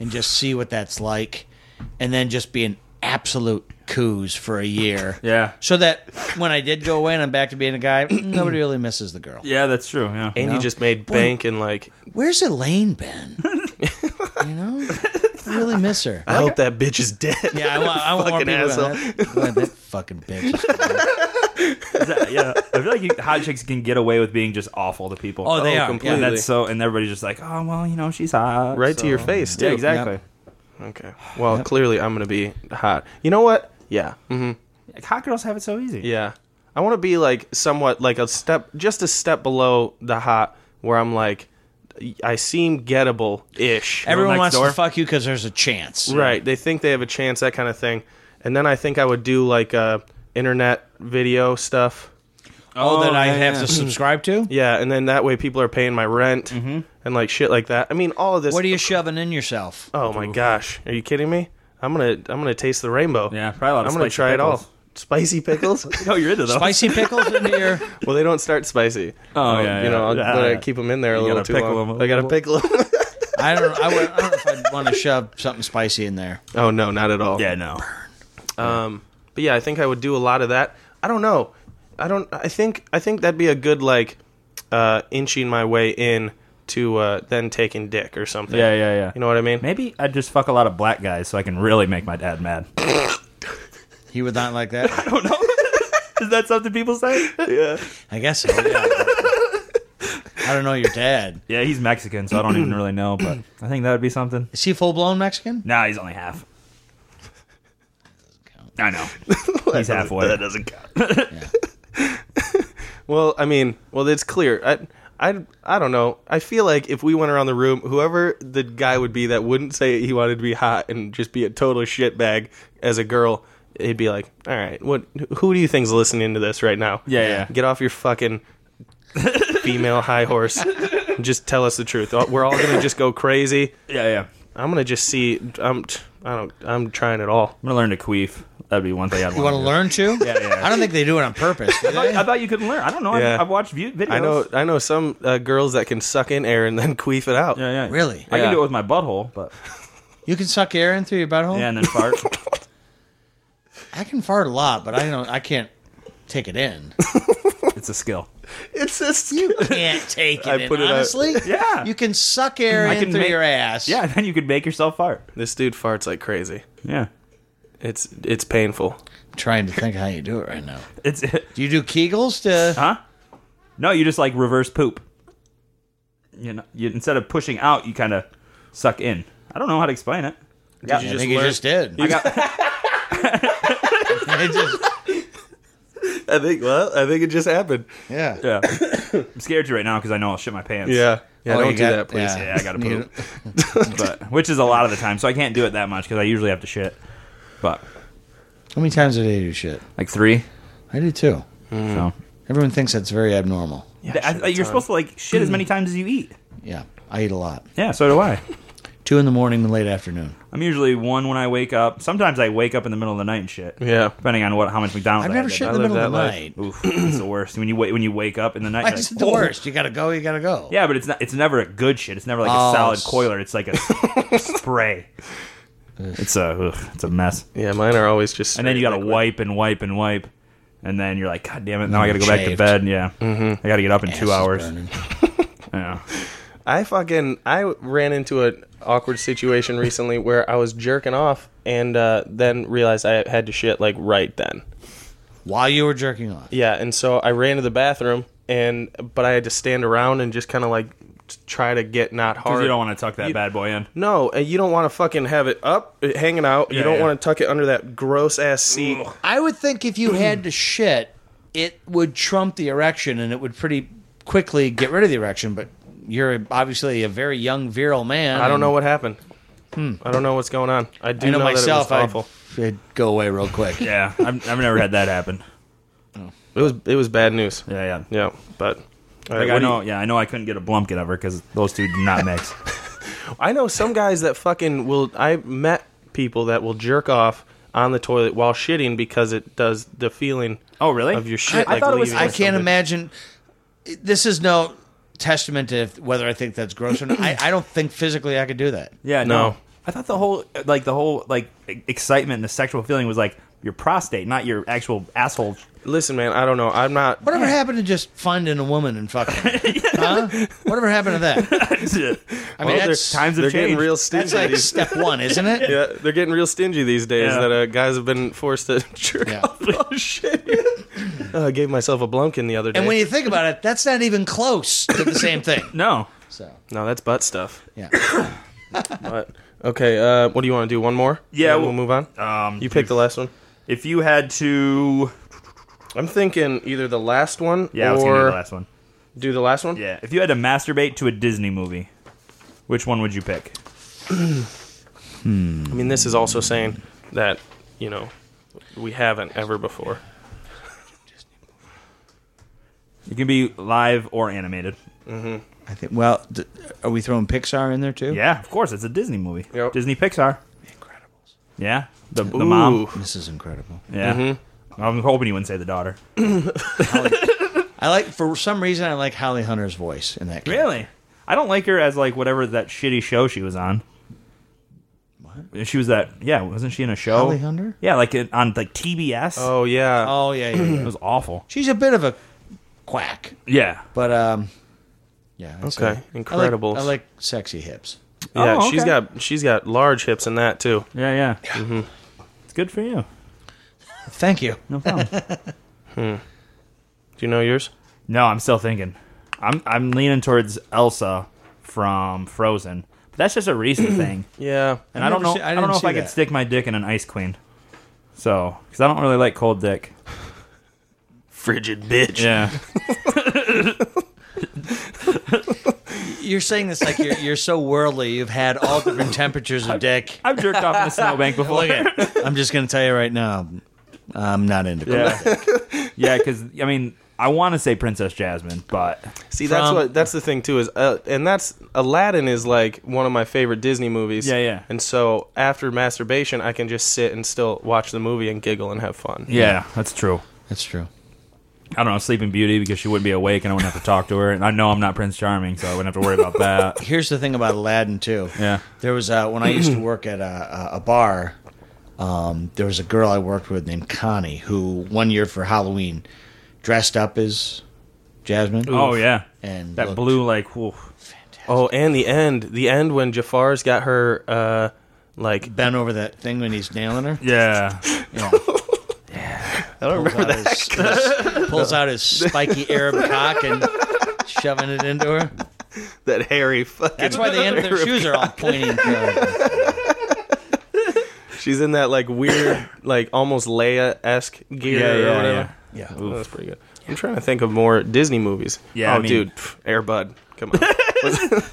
and just see what that's like, and then just be an absolute coos for a year. Yeah. So that when I did go away and I'm back to being a guy, [CLEARS THROAT] nobody really misses the girl. Yeah, that's true. Yeah. And you just made bank and like, Where's [LAUGHS] Elaine been? you know, I really miss her. I hope that bitch is dead. Yeah, [LAUGHS] I want, I want more Fucking people asshole. going, That, going, that fucking bitch. Is that- yeah. I feel like you, hot chicks can get away with being just awful to people. Oh, they Oh, are. completely. and Yeah. that's so. And everybody's just like, oh well, you know, she's hot. Right so- to your face, too. Yeah, exactly. Yep. Okay. Well, clearly I'm gonna be hot. You know what? Yeah. Like, hot girls have it so easy. Yeah. I want to be like somewhat like a step, just a step below the hot, where I'm like, I seem gettable ish. [LAUGHS] Everyone next wants door. to fuck you because there's a chance. Right. They think they have a chance, that kind of thing. And then I think I would do like uh, internet video stuff. Oh, that I yeah, have yeah. to subscribe to? Yeah. And then that way people are paying my rent Mm-hmm. and like shit like that. I mean, all of this. What are you shoving in yourself? Oh my gosh! Are you kidding me? I'm gonna I'm gonna taste the rainbow. Yeah, probably a lot of I'm gonna spicy try it all. pickles. Spicy pickles? [LAUGHS] [LAUGHS] Oh, you're into those. Spicy pickles into your. well, they don't start spicy. Oh, Um, yeah, You know, yeah. I'll, but I Yeah. keep them in there a You little gotta too pickle long. 'em a I gotta little. pickle 'em. I don't. I, would, I don't know if I'd want to shove something spicy in there. oh no, not at all. Yeah, no. But yeah, I think I would do a lot of that. I don't know. I don't. I think I think that'd be a good like uh, inching my way in to uh, then taking dick or something. Yeah, yeah, yeah. You know what I mean? Maybe I'd just fuck a lot of black guys so I can really make my [LAUGHS] dad mad. He would not like that. Oh, don't know. [LAUGHS] Is that something [LAUGHS] people say? I guess. So, yeah. I don't know your dad. Yeah, he's Mexican, so I don't even really [CLEARS THROAT] know, but I think that would be something. Is he full blown Mexican? Nah, he's only half. I know. he's halfway. [LAUGHS] That doesn't count. well, I mean, well, it's clear. I, I, I don't know. I feel like if we went around the room, whoever the guy would be that wouldn't say he wanted to be hot and just be a total shitbag as a girl, it'd be like, all right, what? Who do you think's listening to this right now? Yeah, yeah. Get off your fucking female high horse. and Just tell us the truth. Uh, We're all gonna just go crazy. [LAUGHS] Yeah, yeah. I'm I'm gonna just see. I'm. I don't. I'm trying it all. gonna learn to queef. That'd be one thing I'd You want to learn to? Yeah, yeah. I don't think they do it on purpose. do they? I thought you could learn. I don't know. I've- Yeah. I've, watched view- videos. I know I know some uh, girls that can suck in air and then queef it out. Yeah, yeah. Really? I Yeah. can do it with my butthole, [LAUGHS] but You can suck air in through your butthole. yeah, and then fart. I can fart a lot, but I don't. I can't take it in. It's [LAUGHS] a skill. It's just [LAUGHS] Can't take it I in. put it out- honestly, Yeah. you can suck air I in can through make- your ass. Yeah, then you could make yourself fart. this dude farts like crazy. Yeah. It's it's painful. I'm trying to think how you do it right now. It's [LAUGHS] Do you do Kegels to? huh? No, you just like reverse poop. You know, you, instead of pushing out, you kind of suck in. I don't know how to explain it. Yeah, I think you just did. [LAUGHS] I got, I just- I think well, I think it just happened. yeah. [COUGHS] yeah. I'm scared to right now because I know I'll shit my pants. Yeah, yeah. Oh, don't you do got- that, please. yeah. Yeah, I gotta You- poop. but which is a lot of the time, so I can't do it that much because I usually have to shit. But How many times a day do you shit? like three. I do too. Mm. So Everyone thinks that's very abnormal. Th- I- you're supposed to like shit as many times as you eat. Yeah, I eat a lot. Yeah, so do I. Two in the morning and late afternoon. I'm usually one when I wake up. Sometimes I wake up in the middle of the night and shit. Yeah. Depending on what how much McDonald's I've I never had that shit in night. the live middle of the that life. night. Oof, it's the worst. When you wait when you wake up in the night, Why you're is like, it the "Oh." worst? You gotta go. You gotta go. Yeah, but it's not. It's never a good shit. It's never like Oh, a solid s- coiler. It's like a [LAUGHS] s- spray. It's a ugh, it's a mess. Yeah, mine are always just. And then you straight gotta liquid. wipe and wipe and wipe, and then you're like, God damn it! Now I gotta go back to Shaved. bed. Yeah, I gotta get up in Mm-hmm. Ass two is hours. burning. Yeah. I fucking I ran into an awkward situation recently where I was jerking off and uh, then realized I had to shit like right then. While you were jerking off. Yeah, and so I ran to the bathroom and but I had to stand around and just kind of like t- try to get not hard. Because you don't want to tuck that bad boy in. No, and you don't want to fucking have it up uh, hanging out. you Yeah, don't yeah. want to tuck it under that gross ass seat. I would think if you [CLEARS THROAT] had to shit, it would trump the erection and it would pretty quickly get rid of the erection. But you're obviously a very young, virile man. I don't Hmm. know what happened. I don't know what's going on. I do I know, know, myself. that it was I'd, awful. I'd go away [LAUGHS] real quick. Yeah, I've, I've never had that happen. It was it was bad news. Yeah, yeah. Yeah, but all right, what Like, I do you- know. Yeah, I know. I couldn't get a blumpkin ever because those two do [LAUGHS] not mix. I know some guys that fucking will. I met people that will jerk off on the toilet while shitting because it does the feeling. oh, really? Of your shit, I, like, thought it was. leaving. I, I or can't something. imagine. This is no testament to if, whether I think that's gross or not. I, I don't think physically I could do that. yeah, No. no. I thought the whole like the whole like e- excitement and the sexual feeling was like your prostate, not your actual [LAUGHS] asshole. Listen, man, I don't know. I'm not. Whatever happened to just finding a woman and [LAUGHS] fucking? huh? Whatever happened to that? I mean, that's- times have they're getting changed. real stingy. That's like these, [LAUGHS] step one, isn't it? yeah, they're getting real stingy these days. Yeah. That uh, guys have been forced to [LAUGHS] jerk Yeah. off. while [LAUGHS] shitting. Uh, I gave myself a blumpkin the other day. And when you think about it, that's not even close to the same thing. no. [COUGHS] So no, that's butt stuff. yeah, But okay, uh, what do you want to do? One more? Yeah, Then we'll, well, move on. Um, you pick the last one. If you had to, I'm thinking either the last one yeah, I was gonna do or the last one. do the last one. Yeah, if you had to masturbate to a Disney movie, which one would you pick? I mean, this is also saying that you know we haven't ever before. It can be live or animated. I think. Well, d- are we throwing Pixar in there too? Yeah, of course, it's a Disney movie. Yep. Disney Pixar. Incredibles. Yeah, the, the mom. This is incredible. Yeah. I'm hoping you wouldn't say the daughter. I like for some reason I like Holly Hunter's voice in that. character. [LAUGHS] Really? I don't like her as like whatever that shitty show she was on. What? She was that. Yeah, wasn't she in a show? Holly Hunter? Yeah, like it, on like TBS. Oh yeah. Oh yeah, yeah, It [CLEARS THROAT] yeah. was awful. She's a bit of a quack, Yeah. but um, yeah. I'd say- okay. Incredibles. I like, I like sexy hips. yeah, Oh, she's okay. got she's got large hips in that too. Yeah, yeah. It's good for you. Thank you. No problem. Do you know yours? [LAUGHS] no, I'm still thinking. I'm I'm leaning towards Elsa from Frozen. But that's just a recent [CLEARS THROAT] thing. Yeah. And I don't know. never see- I I, don't didn't know if see I could that. stick my dick in an ice queen. So, because I don't really like cold dick. Frigid bitch. Yeah. You're saying this like you're, you're so worldly. You've had all [LAUGHS] different temperatures of dick. [LAUGHS] I've jerked off in a snowbank before. [LAUGHS] Look at. it. I'm just gonna tell you right now. I'm not into. Yeah. Yeah, yeah. Because I mean, I want to say Princess Jasmine, but See, that's From- what that's the thing too is uh, and that's Aladdin is like one of my favorite Disney movies. Yeah, yeah. And so after masturbation, I can just sit and still watch the movie and giggle and have fun. yeah, that's true. That's true. I don't know Sleeping Beauty because she wouldn't be awake and I wouldn't have to talk to her, and I know I'm not Prince Charming, so I wouldn't have to worry about [LAUGHS] that. Here's the thing about Aladdin too. Yeah. There was uh, when I used to work at a, a- a bar. Um, there was a girl I worked with named Connie who, one year for Halloween, dressed up as Jasmine. Oh yeah, And that looked- blue like whew. Oh, and the end. The end when Jafar's got her, uh, like, Bent over that thing when he's nailing her. yeah. [LAUGHS] Yeah. I don't remember that. His- his- pulls out his spiky Arab cock and shoving it into her. That hairy fucking. That's why the end of their shoes are all pointing. together. She's in that, like, weird, [COUGHS] like, almost Leia esque gear Yeah, or yeah, whatever. yeah. Yeah. Oh, that's pretty good. I'm trying to think of more Disney movies. Yeah, Oh, I mean- dude. pff, Air Bud. Come on.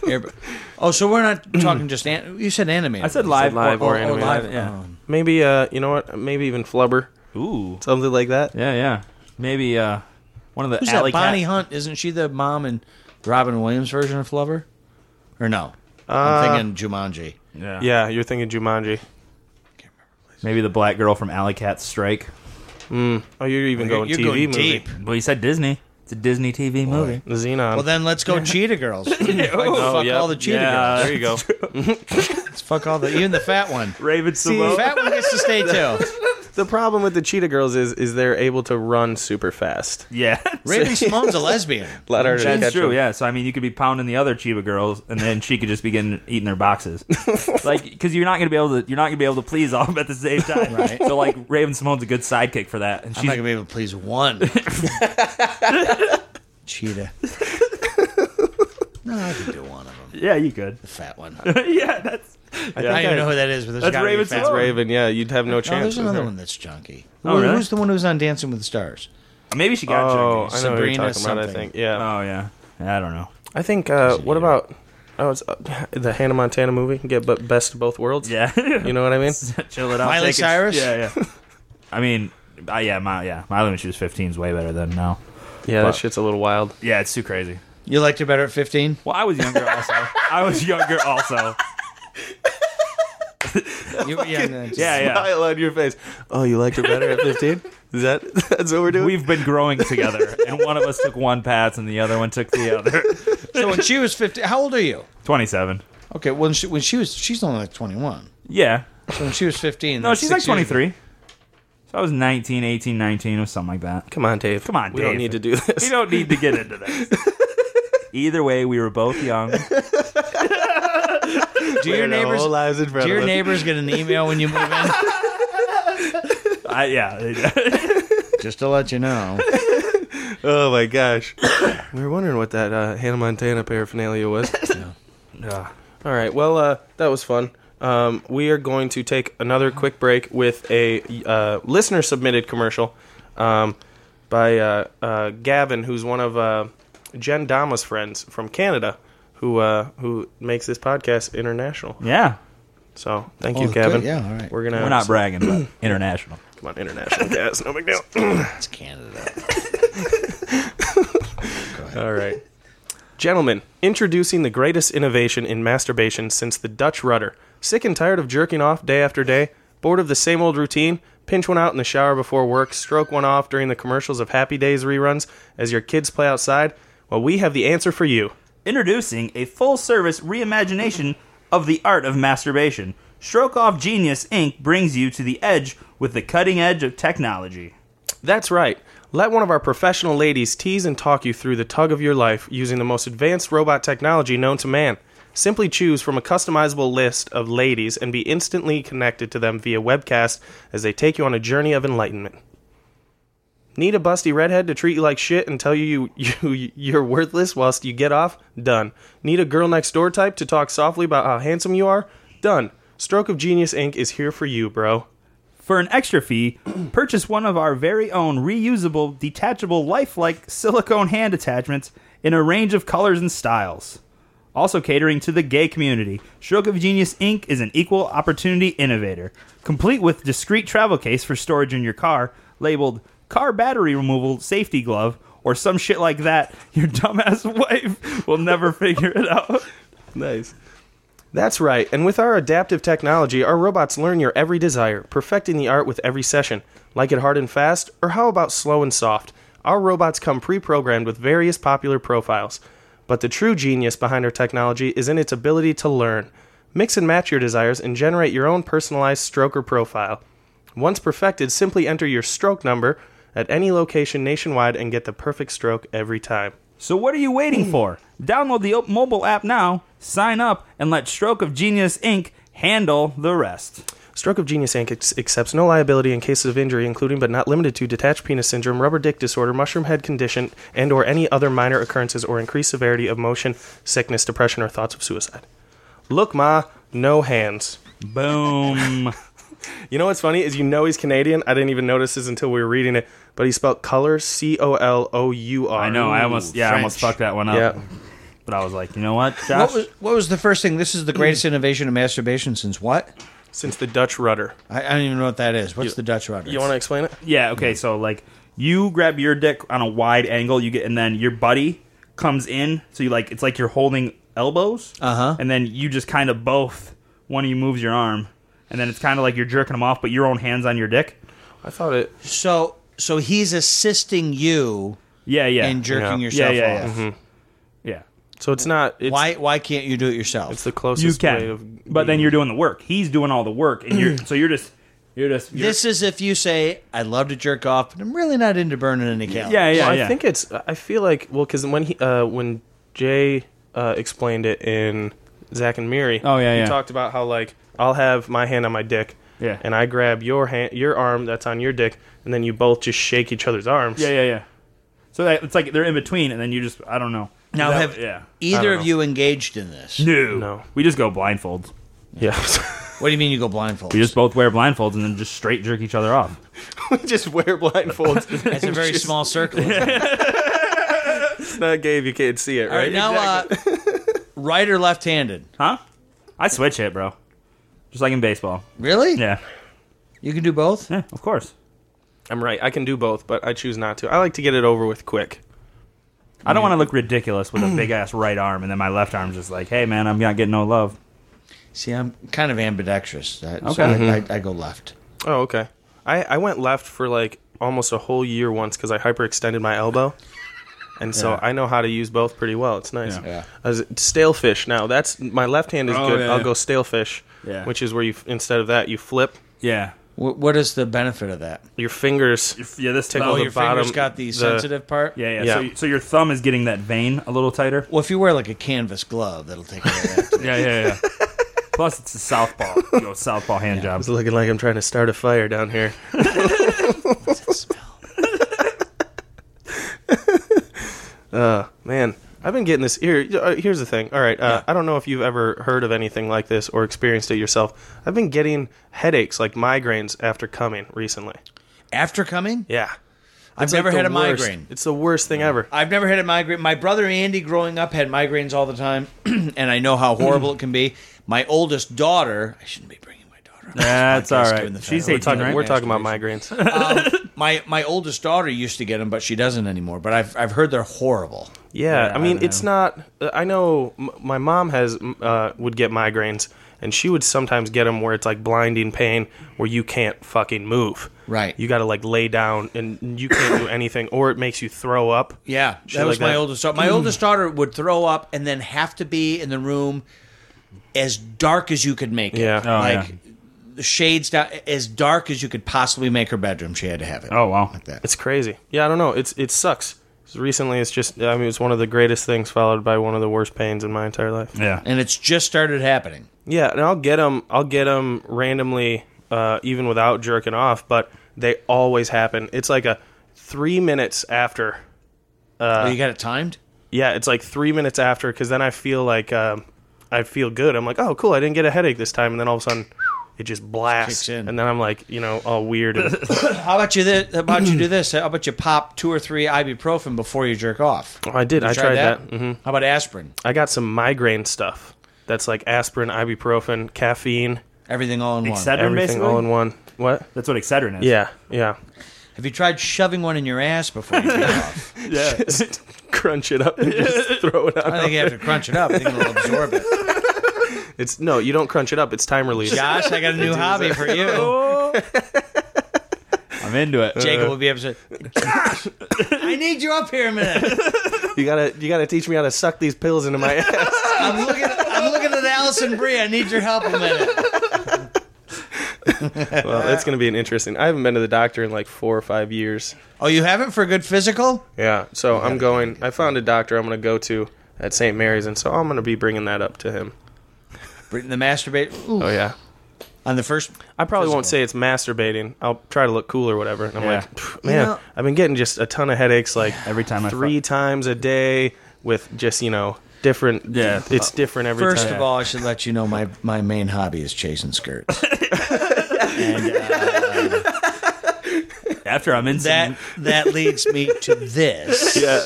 Arab- Oh, so we're not talking just an- you said animated. I said live, live or or, or, animated. live. Yeah. Maybe, uh, you know what? Maybe even Flubber. Oh. Ooh. Something like that. Yeah, yeah. Maybe uh, one of the Who's alley that? Bonnie cat- Hunt? Isn't she the mom in Robin Williams version of Flubber? Or no? I'm thinking Jumanji. Yeah. Yeah, you're thinking Jumanji. Maybe the black girl from Alley Cat Strike. Oh, you're even going you're TV going movie. deep. Well, you said Disney. It's a Disney TV movie. The Xenon. Well, then let's [LAUGHS] go Cheetah Girls. Like, fuck yep. all the Cheetah Oh, Yeah. Girls. there you go. Let's fuck all the even the fat one. [LAUGHS] Raven The Simone. fat one gets [LAUGHS] to stay too. the problem with the Cheetah Girls is, is they're able to run super fast. Yeah. Raven Simone's a lesbian. Let her catch [LAUGHS] That's true, them. yeah. So I mean, you could be pounding the other Chiba girls, and then she could just begin eating their [LAUGHS] boxes, like because you're not gonna be able to you're not gonna be able to please all of them at the same time. [LAUGHS] Right. So like Raven Simone's a good sidekick for that, and I'm she's not gonna be able to please one. Cheetah. No, I could do one of them. [LAUGHS] yeah, you could. [LAUGHS] The fat one. yeah, that's I don't even know who that is, but there's That's gotta Raven be a fat Simone. Raven, yeah, you'd have no No, chance. there's with another her. one that's junky. Oh, Who- really? Who's the one who was on Dancing with the Stars? maybe she got Oh, checked. I know who you're Sabrina talking about. I something. think, yeah. Oh yeah, yeah. I don't know. I think. Uh, what about? Oh, it's uh, the Hannah Montana movie. Get but best of both worlds. Yeah, [LAUGHS] You know [LAUGHS] what I mean? chill it out. Miley take it- Cyrus? Yeah, yeah. I mean, uh, yeah, my, yeah. Miley when she was 15 is way better than now. Yeah, that Fuck. shit's a little wild. Yeah, it's too crazy. You liked her better at 15? Well, I was younger also. [LAUGHS] I was younger also. You were young then. Yeah, yeah. Smile on your face. Oh, you liked her better at 15? Is that [LAUGHS] that's what we're doing? We've been growing together, and one of us took one path, and the other one took the other. [LAUGHS] So when she was 15, how old are you? 27. Okay, when she, when she was, she's only like 21. Yeah. So when she was 15. No, that's she's six like years 23. So I was 19, 18, 19, or something like that. Come on, Dave. Come on, We Dave. don't need to do We this. don't need to get into this. [LAUGHS] Either way, we were both young. ago. Do your Our neighbors, whole lives in do front your of us. neighbors get an email when you move in? I, [LAUGHS] yeah. [LAUGHS] Just to let you know. Oh my gosh. [COUGHS] we were wondering what that uh, Hannah Montana paraphernalia [LAUGHS] was. Ugh. All right. Well, uh, that was fun. Um, we are going to take another quick break with a uh, listener submitted commercial um, by uh, uh, Gavin, who's one of uh, Jen Dama's friends from Canada, who uh, who makes this podcast international. Yeah. So thank Oh, you, good. Gavin. Yeah, all right. We're gonna We're not bragging, but [CLEARS THROAT] international. come on international guys. No big deal. It's Canada. [LAUGHS] All right. Gentlemen, introducing the greatest innovation in masturbation since the Dutch rudder. Sick and tired of jerking off day after day? Bored of the same old routine? Pinch one out in the shower before work, stroke one off during the commercials of Happy Days reruns as your kids play outside? Well, we have the answer for you. Introducing a full service reimagination of the art of masturbation. Stroke Off Genius Inc. brings you to the edge with the cutting edge of technology. That's right. Let one of our professional ladies tease and talk you through the tug of your life using the most advanced robot technology known to man. Simply choose from a customizable list of ladies and be instantly connected to them via webcast as they take you on a journey of enlightenment. Need a busty redhead to treat you like shit and tell you, you, [LAUGHS] you you're worthless whilst you get off? Done. Need a girl next door type to talk softly about how handsome you are? Done. Stroke of Genius Inc. is here for you, bro. For an extra fee, purchase one of our very own reusable, detachable, lifelike silicone hand attachments in a range of colors and styles. Also catering to the gay community, Stroke of Genius Inc. is an equal opportunity innovator, complete with discreet travel case for storage in your car, labeled car battery removal safety glove, or some shit like that. Your [LAUGHS] dumbass wife will never figure it out. Nice. That's right. And with our adaptive technology, our robots learn your every desire, perfecting the art with every session. Like it hard and fast, or how about slow and soft? Our robots come pre programmed with various popular profiles. But the true genius behind our technology is in its ability to learn, mix and match your desires, and generate your own personalized stroker profile. Once perfected, simply enter your stroke number at any location nationwide and get the perfect stroke every time. So what are you Hmm. waiting for? Download the op- mobile app now, sign up, and let Stroke of Genius Inc. handle the rest. Stroke of Genius Inc. ex- accepts no liability in cases of injury, including but not limited to detached penis syndrome, rubber dick disorder, mushroom head condition, and/or any other minor occurrences or increased severity of motion sickness, depression, or thoughts of suicide. Look, ma, no hands. Boom. You know what's funny is you know he's Canadian. I didn't even notice this until we were reading it, but he spelled color C O L O U R. I know. I almost yeah, I almost French. fucked that one up. Yeah. But I was like, you know what, Josh? What was, what was the first thing? This is the greatest innovation of masturbation since what? Since the Dutch rudder. I, I don't even know what that is. What's the Dutch rudder? You want to explain it? Yeah, okay, so like you grab your dick on a wide angle, you get and then your buddy comes in, so you like it's like you're holding elbows. Uh-huh. And then you just kind of both one of you moves your arm and then it's kind of like you're jerking them off but your own hands on your dick. I thought it. so so he's assisting you Yeah, yeah. in jerking Yeah. yeah, yourself yeah, yeah. off. Yeah. So it's not. It's, Why why can't you do it yourself? It's the You closest way can. of. But then you're doing the work. He's doing all the work and you're so you're just you're just you're, this is if you say I'd love to jerk off, but I'm really not into burning any calories. Yeah, yeah, I yeah. think it's. I feel like well, because when he uh, when Jay uh, explained it in Zach and Miri, Oh, yeah, he yeah. talked about how like I'll have my hand on my dick, Yeah. and I grab your hand, your arm that's on your dick, and then you both just shake each other's arms. yeah, yeah, yeah. So that, it's like they're in between and then you just I don't know. Now That- have yeah. either don't of know. you engaged in this? No. No. We just go blindfolds. yeah. [LAUGHS] What do you mean you go blindfolded? We just both wear blindfolds and then just straight jerk each other off. we just wear blindfolds. [LAUGHS] That's a very [LAUGHS] small circle. All It's not Gabe. You can't see it, right? right, now uh, [LAUGHS] right or left-handed? Huh? I switch it, bro. Just like in baseball. Really? Yeah. You can do both. Yeah, of course. I'm right. I can do both, but I choose not to. I like to get it over with quick. I don't want to look ridiculous with a big ass right arm and then my left arm's just like, hey, man, I'm not getting no love. See, I'm kind of ambidextrous. That, so Okay. Mm-hmm. I- I, I go left. Oh, okay. I, I went left for like almost a whole year once because I hyperextended my elbow. And so I know how to use both pretty well. It's nice. Yeah. Yeah. I was, stale fish. Now that's my left hand is Oh, good. yeah, I'll yeah. go stale fish, Yeah. which is where you instead of that you flip Yeah. What, what is the benefit of that? your fingers. Yeah, this Tickle Oh, the your- bottom. Fingers got the, the- sensitive part. Yeah, yeah. Yeah. So, so your thumb is getting that vein a little tighter? Well, if you wear like a canvas glove, that'll take care of [LAUGHS] that. Yeah, yeah, yeah. Plus, it's a southpaw. You know, southpaw hand job. It's looking like I'm trying to start a fire down here. [LAUGHS] Uh, Man, I've been getting this. Here, uh, here's the thing. All right, uh, I don't know if you've ever heard of anything like this or experienced it yourself. I've been getting headaches, like migraines, after coming recently. After coming, Yeah, I've never like had the a worst. migraine. It's the worst thing ever. I've never had a migraine. My brother Andy, growing up, had migraines all the time, [CLEARS THROAT] and I know how [CLEARS THROAT] horrible it can be. My oldest daughter, I shouldn't be bringing my daughter. on this That's podcast, all right. given the fact She's that we're 18, talking- right? We're talking about [LAUGHS] migraines. Um, my my oldest daughter used to get them, but she doesn't anymore. But I've I've heard they're horrible. Yeah, Yeah, I I mean, know. it's not. uh, I know m- my mom has m- uh, would get migraines, and she would sometimes get them where it's like blinding pain, where you can't fucking move. Right. You got to like lay down, and you can't do anything, or it makes you throw up. Yeah, Shit that Mm. was like my that. oldest daughter. My oldest daughter would throw up and then have to be in the room as dark as you could make it. Yeah. Oh, like yeah. the shades down, as dark as you could possibly make her bedroom. She had to have it. Oh, wow. like that. It's crazy. Yeah, I don't know. It's it sucks. 'Cause Recently, it's just. I mean, it's one of the greatest things, followed by one of the worst pains in my entire life. Yeah. and it's just started happening. Yeah, and I'll get them. I'll get 'em randomly, uh, even without jerking off. But they always happen. It's like a three minutes after. Uh. oh, you got it timed. Yeah, it's like three minutes after because then I feel like um, I feel good. I'm like, oh, cool. I didn't get a headache this time. And then all of a sudden, it just blasts, Kicks in. and then I'm like, you know, all weird. And, How about you? This, how [CLEARS THROAT] about you do this? How about you pop two or three ibuprofen before you jerk off? oh, I did. I tried that. hmm How about aspirin? I got some migraine stuff. That's like aspirin, ibuprofen, caffeine, Everything all in one. Excedrin, everything basically? all in one. What? That's what Excedrin is. Yeah, yeah. [LAUGHS] Have you tried shoving one in your ass before you jerk off? Yeah. Just crunch it up and just throw it I out. think you have to crunch it up. I think it'll absorb it. It's no, you don't crunch it up. It's time release. Josh, I got a new hobby for you. I'm into it. Jacob will be upset. I need you up here a minute. You gotta, you gotta teach me how to suck these pills into my [LAUGHS] ass. I'm looking. I'm looking at Allison Brie. I need your help a minute. well, that's going to be an interesting. I haven't been to the doctor in like four or five years. Oh, you haven't for a good physical? Yeah, so I'm going. I found a doctor I'm going to go to at St. Mary's, and so I'm going to be bringing that up to him. Britain the masturbate Oh yeah, on the first. I probably won't say it's masturbating. I'll try to look cool or whatever. And I'm Yeah. like, "Pff, man, know- I've been getting just a ton of headaches, like Every time I three fuck. times a day with just you know different. Yeah. it's different every First time. of all, I should let you know my my main hobby is chasing [LAUGHS] skirts. and uh, After I'm in some- that that leads me to this. Yeah.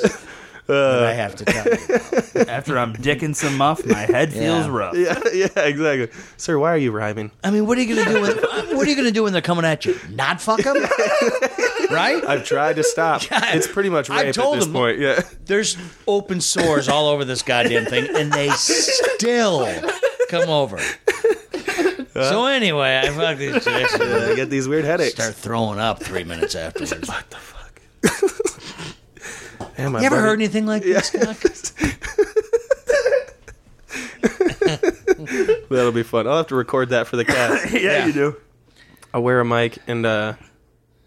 I have to tell you. after I'm dicking some muff, my head feels Yeah. [LAUGHS] rough. yeah, yeah, exactly. Sir, why are you rhyming? I mean, what are you gonna do when what are you gonna do when they're coming at you? Not fuck [LAUGHS] them, right? I've tried to stop. [LAUGHS] God. It's pretty much I rape told at this him- point. [LAUGHS] Yeah, There's open sores all over this goddamn thing, and they still come over. So anyway, I fuck these chicks. and I get these weird headaches. Start throwing up three minutes afterwards. Damn, my You ever buddy- heard anything like this? Doc? That'll be fun. I'll have to record that for the cast. Yeah, you do. I'll wear a mic and uh,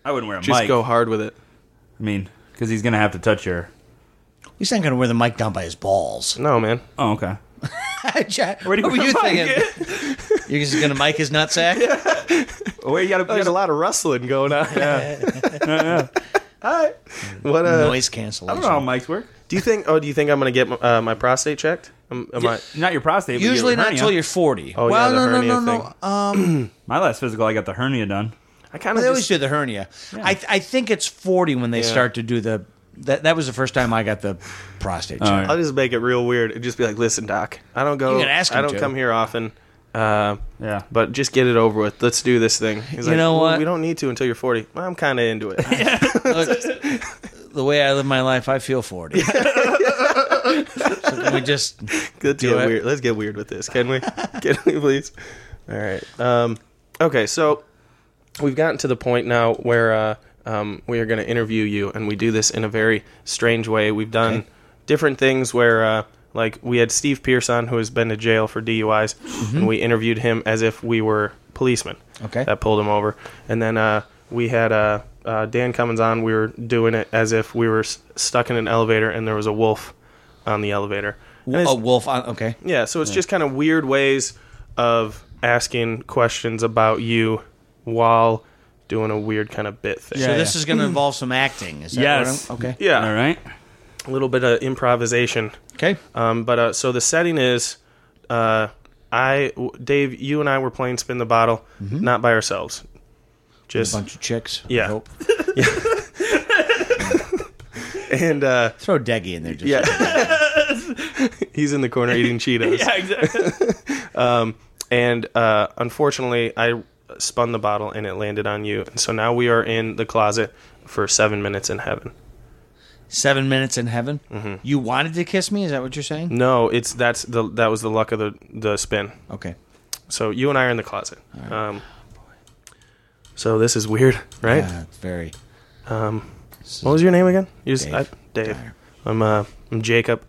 I wouldn't wear a just mic. go hard with it. I mean, because he's gonna have to touch your. He's not going to wear the mic down by his balls. [LAUGHS] No, man. Oh, okay. Jack, Where do you what were you put my thinking? You're just going to mic his nutsack? Yeah. Oh, wait, you gotta. There's a lot of rustling going on. [LAUGHS] Hi. What uh? Noise I cancellation. don't know how mics work. Do you think? Oh, do you think I'm gonna get my, uh, my prostate checked? Um, am I? Not your prostate. but your Usually not hernia. until you're 40. Oh, yeah, well, the no, no, hernia no, no, thing. My last physical, I got the hernia done. I kind of They always just. do the hernia. I, I think it's 40 when they Yeah. start to do the. That, that was the first time I got the prostate check. All right. I'll just make it real weird and just be like, "Listen, doc, I don't go. You can ask I him don't to. come here often. Uh, Yeah. but just get it over with. Let's do this thing." He's You like, know "Well, what? We don't need to until you're 40. Well, I'm kind of into it. Look, the way I live my life, I [LAUGHS] feel 40. so can we just. Let's Do get it. weird. Let's get weird with this, can we? [LAUGHS] can we please? All right. Um, okay, so we've gotten to the point now where uh, um, we are going to interview you, and we do this in a very strange way. We've done different things where, uh, like, we had Steve Pierce on, who has been to jail for DUIs, and we interviewed him as if we were policemen. Mm-hmm. Okay. That pulled him over, and then uh, we had. Uh, uh, Dan Cummins on. We were doing it as if we were s- stuck in an elevator and there was a wolf on the elevator. And it's- A wolf on. Okay. yeah, so it's just kind of weird ways of asking questions about you while doing a weird kind of bit thing. So Yeah, this yeah. is going to involve some acting. Is that Yes. What I'm, okay. Yeah, All right. a little bit of improvisation. Okay. Um, but uh, so the setting is, uh, I, w- Dave, you and I were playing spin the bottle, Mm-hmm. not by ourselves. Just [LAUGHS] bunch of chicks. I Yeah. hope. and uh, Throw Deggy in there. Just yeah, [LAUGHS] he's in the corner eating Cheetos. Um, exactly. [LAUGHS] and uh, unfortunately, I spun the bottle and it landed on you. And so now we are in the closet for seven minutes in heaven. Seven minutes in heaven. Mm-hmm. You wanted to kiss me? Is that what you're saying? No, it's that's the that was the luck of the the spin. Okay. So you and I are in the closet. Um, so this is weird, right? Yeah, Uh, it's very. What was your name again? You just, Dave. Dave. I, Dave. I'm uh I'm Jacob.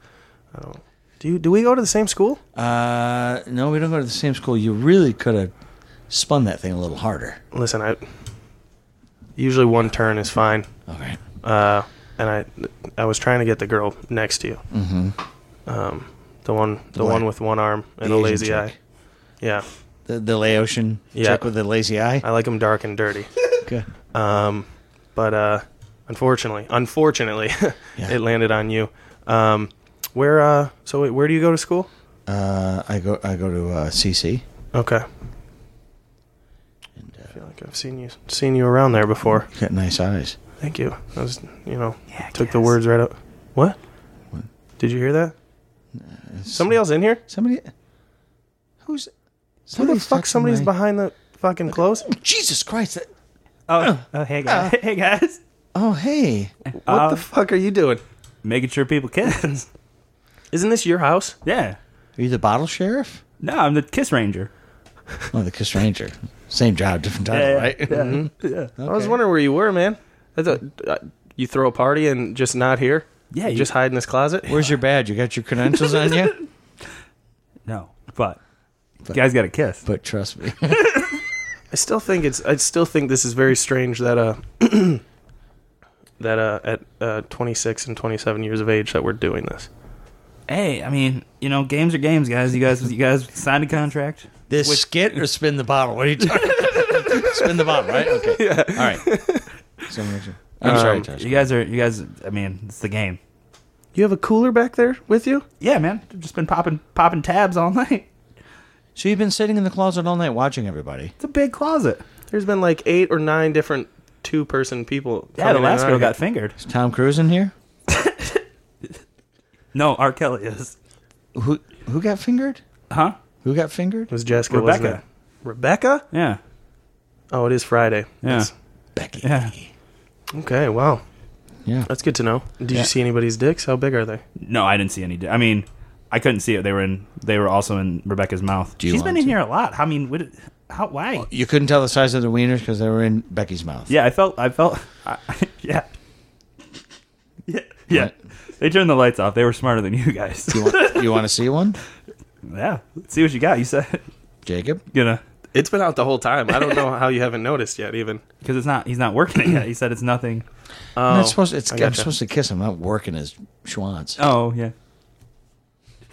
I don't. Do you, do we go to the same school? Uh, no, we don't go to the same school. You really could have spun that thing a little harder. Listen, I usually one turn is fine. All right. Uh, and I I was trying to get the girl next to you. Mm-hmm. Um, the one the, la- one with one arm and the a Asian lazy chick. eye. Yeah, The, the Laotian Yeah. chick with the lazy eye. I like them dark and dirty. Okay. but uh, unfortunately, unfortunately, [LAUGHS] Yeah. it landed on you. Um, where uh, so wait, where do you go to school? Uh, I go. I go to uh, CC. Okay, And, I uh, feel like I've seen you seen you around there before. got nice eyes. Thank you. I was you know took the words right up. What? Did you hear that? Somebody else in here? Somebody. Who's? Who the Somebody fuck? Somebody's behind the fucking clothes. Jesus Christ! That, Oh, oh, hey guys. hey guys. oh hey. What the fuck are you doing? [LAUGHS] Making sure people kiss. Isn't this your house? yeah. Are you the bottle sheriff? No, I'm the kiss ranger. Oh, the Kiss Ranger. Same job, different title, yeah, right? I was wondering where you were, man. I thought uh, you throw a party and just not here. Yeah, you- just hide in this closet. Where's your badge? You got your credentials on you? No, but, guys got to kiss. But trust me. I still think it's. I still think this is very strange that uh, [CLEARS THROAT] that uh, at uh, 26 and 27 years of age that we're doing this. Hey, I mean, you know, games are games, guys. You guys, you guys signed a contract. This skit or spin the bottle? What are you talking about? spin the bottle, right? Okay. All right. So I'm sure- I'm sorry, Josh. You guys are, you guys. I mean, it's the game. You have a cooler back there with you? Yeah, man. Just been popping, popping tabs all [LAUGHS] night. So you've been sitting in the closet all night watching everybody. It's a big closet. There's been like eight or nine different two-person people. Yeah, the coming in last and girl out got here. fingered. Is Tom Cruise in here? No, R. Kelly is. Who who got fingered? Huh? Who got fingered? It was Jessica. Rebecca. Wasn't it? Rebecca? Yeah. Oh, it is Friday. Yeah. Becky. Yeah. Okay. Wow. Yeah. That's good to know. Did you see anybody's dicks? How big are they? No, I didn't see any. di- I mean, I couldn't see it. They were in. They were also in Rebecca's mouth. you She's been want in to? here a lot. I mean, what, how? Why? You couldn't tell the size of the wieners because they were in Becky's mouth. Yeah, I felt. I felt. [LAUGHS] I, yeah. Yeah. Yeah. They turned the lights off. They were smarter than you guys. You want, you want to see one, [LAUGHS] yeah. See what you got. You said. [LAUGHS] Jacob? You know, It's been out the whole time. I don't [LAUGHS] know how you haven't noticed yet. Even. because it's not. He's not working it yet. He said it's nothing. [LAUGHS] Oh, I'm not supposed. It's, I I'm gotcha. supposed to kiss him. I'm not working his schwanz. Oh yeah.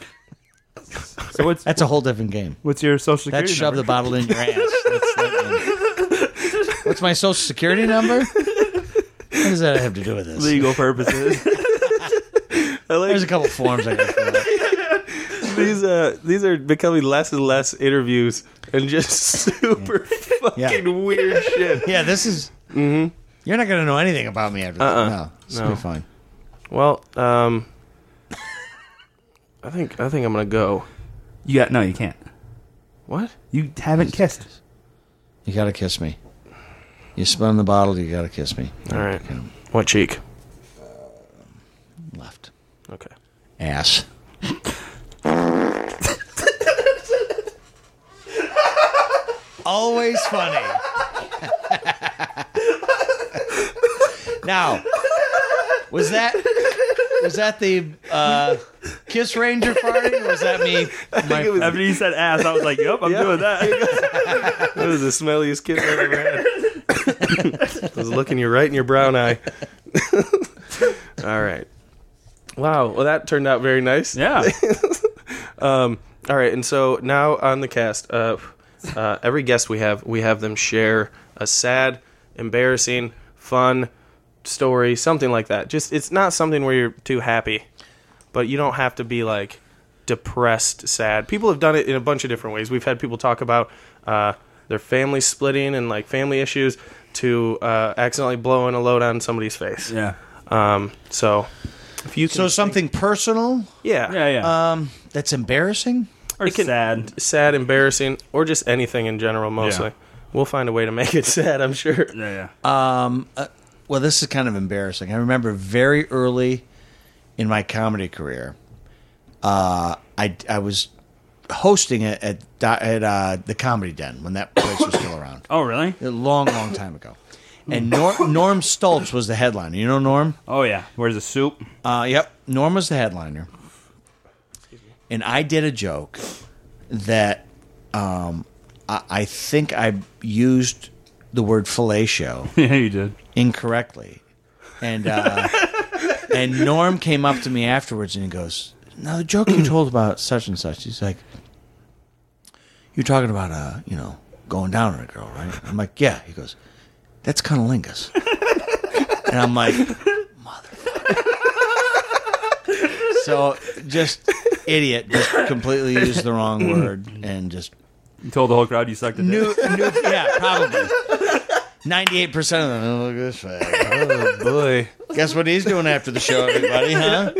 [LAUGHS] So what's That's a whole different game. what's your social security? That's [LAUGHS] shove the number? bottle in your ass. That's that one. What's my social security number? What does that have to do with [LAUGHS] this? legal purposes. There's a couple forms I got. [LAUGHS] fill out. these uh these are becoming less and less interviews and just [LAUGHS] super fucking weird shit. Yeah, this is. You're not going to know anything about me after Mm-hmm. Uh-uh. that. No, this will No. be fine. Well, um I think I think I'm gonna go. You got no. You can't. What? You [LAUGHS] haven't kissed. You got to kiss me. You spun the bottle. You got to kiss me. All right. What cheek? Left Okay. ass. Always funny. now, was that was that the uh, Kiss Ranger party? Or was that me? My- After you said ass, I was like, "Yep, I'm doing that." That was the smelliest kiss I've ever had. I was looking you right in your brown eye. [LAUGHS] All right. Wow. Well, that turned out very nice. yeah. All right, and so now on the cast, uh, uh, every guest we have, we have them share a sad, embarrassing, fun story, something like that. Just it's not something where you're too happy, but you don't have to be like depressed, sad. People have done it in a bunch of different ways. We've had people talk about uh, their family splitting and like family issues to uh, accidentally blowing a load on somebody's face. Yeah. Um. So if you can, so something personal yeah, Yeah. Yeah. um, that's embarrassing. or it can- sad. sad, embarrassing, or just anything in general. Mostly, Yeah. we'll find a way to make it [LAUGHS] sad. I'm sure. Yeah. Yeah. Well, this is kind of embarrassing. I remember very early in my comedy career, uh, I I was hosting it at Do- at uh, the Comedy Den when that place was still around, oh really? a long, long time ago. And Nor- Norm Stoltz was the headliner. You know Norm? Oh yeah. Where's the soup? [LAUGHS] Uh, yep, Norm was the headliner, and I did a joke that um, I-, I think I used the word fellatio yeah, you did. incorrectly. And [LAUGHS] uh, and Norm came up to me afterwards and he goes, "Now the joke you told about such and such." He's like, "You're talking about uh, you know, going down on a girl, right?" I'm like, "Yeah." He goes, "That's [LAUGHS] cunnilingus," and I'm like, "Mother." so just idiot, just completely used the wrong word and just You told the whole crowd you sucked a dick. New, new, yeah, probably. [LAUGHS] Ninety-eight percent of them. Oh, look at this fag. [LAUGHS] Oh boy! Guess what he's doing after the show, everybody? [LAUGHS] Huh?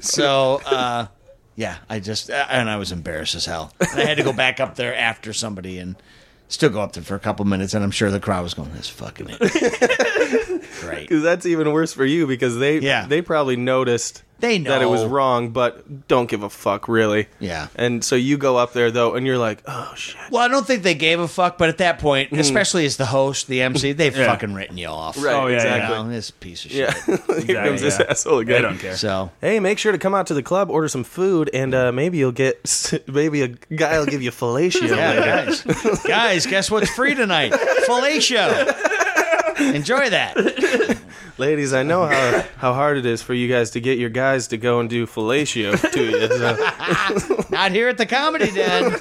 So, uh, yeah, I just uh, and I was embarrassed as hell. And I had to go back up there after somebody and still go up there for a couple minutes, and I'm sure the crowd was going, "This fucking." Idiot. [LAUGHS] Right. Because that's even worse for you because they Yeah. they probably noticed They that it was know. wrong, but don't give a fuck really. Yeah. And so you go up there though, and you're like, oh shit. Well, I don't think they gave a fuck, but at that Hmm. point, especially as the host, the MC, they've fucking written you off. Right. Oh, yeah, You Exactly. know, this piece of shit. Yeah. [LAUGHS] Here comes this yeah. asshole again. They don't [LAUGHS] care. So Hey, make sure to come out to the club, order some food, and uh, maybe you'll get [LAUGHS] maybe a guy will give you fellatio. later. [LAUGHS] Yeah, guys. guys, guess what's [LAUGHS] free tonight? Fellatio. Enjoy that. Ladies, I know how, how hard it is for you guys to get your guys to go and do fellatio to you. So, Not here at the comedy den.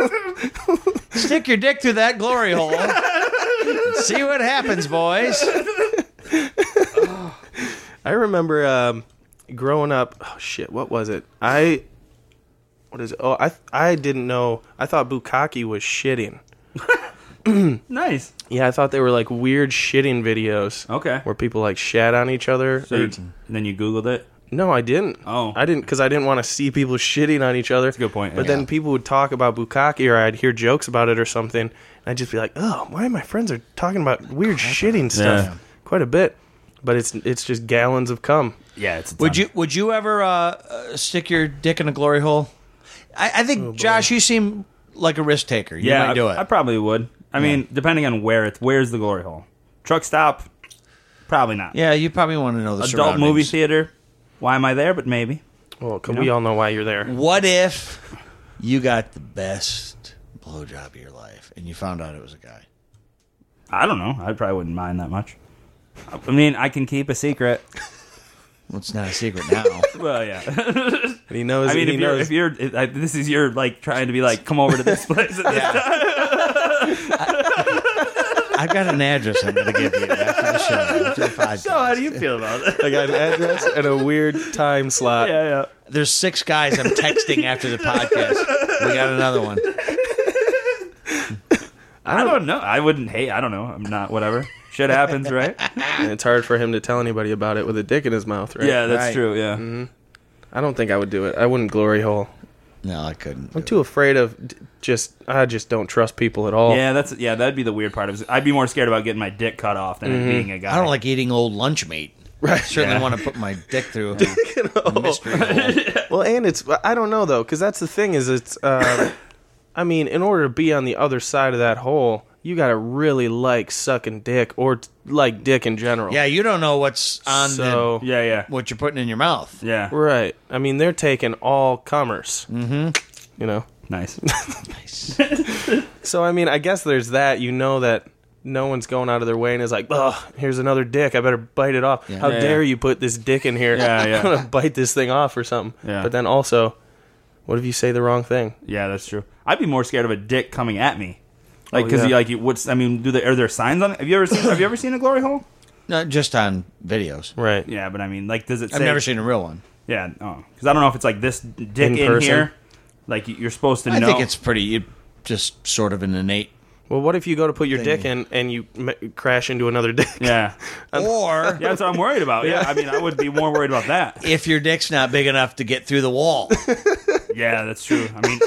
Stick your dick through that glory hole. and See what happens, boys. I remember um, growing up. Oh shit, what was it? I what is it? Oh, I I didn't know. I thought bukkake was shitting. Nice. Yeah, I thought they were like weird shitting videos. Okay. Where people like shat on each other. So you- and then you Googled it. No, I didn't. Oh. I didn't because I didn't want to see people shitting on each other. That's a good point, But yeah. then people would talk about bukkake, or I'd hear jokes about it or something, and I'd just be like, "Oh, why my friends are talking about weird shitting stuff Yeah. quite a bit." But it's it's just gallons of cum. Yeah, it's. a Would ton. you would you ever uh, uh, stick your dick in a glory hole? I, I think Josh, you seem like a risk taker. You Oh, Yeah, might do I, it. I probably would. I mean, depending on where it's where's the glory hole. Truck stop. Probably not. yeah, you probably want to know the Adult surroundings. movie theater. Why am I there? But maybe. Well, 'cause we all know why you're there. What if you got the best blowjob of your life and you found out it was a guy? I don't know. I probably wouldn't mind that much. I mean, I can keep a secret. Well, it's not a secret [LAUGHS] now. Well, yeah. And he knows. [LAUGHS] I mean, he if you're, knows. if you're, if I, this is your like trying to be like, come over to [LAUGHS] this place. At this time. I've got an address I'm going to give you after the show. After the podcast. So, [LAUGHS] how do you feel about that? I got an address and a weird time slot. yeah, yeah. There's six guys I'm texting after the podcast. We got another one. I don't know. I wouldn't hate. I don't know. I'm not. Whatever. Shit happens, right? [LAUGHS] And it's hard for him to tell anybody about it with a dick in his mouth, right? Yeah, that's Right. true. Yeah. Mm-hmm. I don't think I would do it. I wouldn't glory hole. No, I couldn't. I'm too afraid of d- just. I just don't trust people at all. Yeah, that's yeah. That'd be the weird part of. it. I'd be more scared about getting my dick cut off than it being a guy. Mm-hmm. I don't like eating old lunch meat. Right. Certainly want to put my dick [LAUGHS] through a, a mystery hole. Well, and it's I don't know though, because that's the thing is it's. Uh, I mean, in order to be on the other side of that hole, you gotta really like sucking dick or t- like dick in general. Yeah, you don't know what's on So Yeah, yeah, the, what you're putting in your mouth. yeah. right. I mean, they're taking all comers. Mm-hmm. You know. [LAUGHS] Nice. So I mean, I guess there's that. You know that no one's going out of their way and is like, "Ugh, here's another dick. I better bite it off." How Yeah, dare yeah. you put this dick in here? Yeah, yeah. I'm [LAUGHS] gonna bite this thing off or something. Yeah. But then also, what if you say the wrong thing? Yeah, that's true. I'd be more scared of a dick coming at me, like Oh, because yeah. you like you, what's I mean, do the are there signs on it? Have you ever seen Have you ever seen a glory hole? Not just on videos. Right. Yeah, but I mean, like, does it? Say, I've never seen a real one. Yeah, because I don't know if it's like this dick In in, person? here. Like you- you're supposed to I know. think it's pretty. You just sort of an innate. Well, what if you go to put your dick in and you m- crash into another dick? [LAUGHS] yeah, Um, [LAUGHS] Or yeah. That's what I'm worried about. Yeah, I mean, I would be more worried about that. if your dick's not big enough to get through the [LAUGHS] wall, Yeah, that's true. I mean,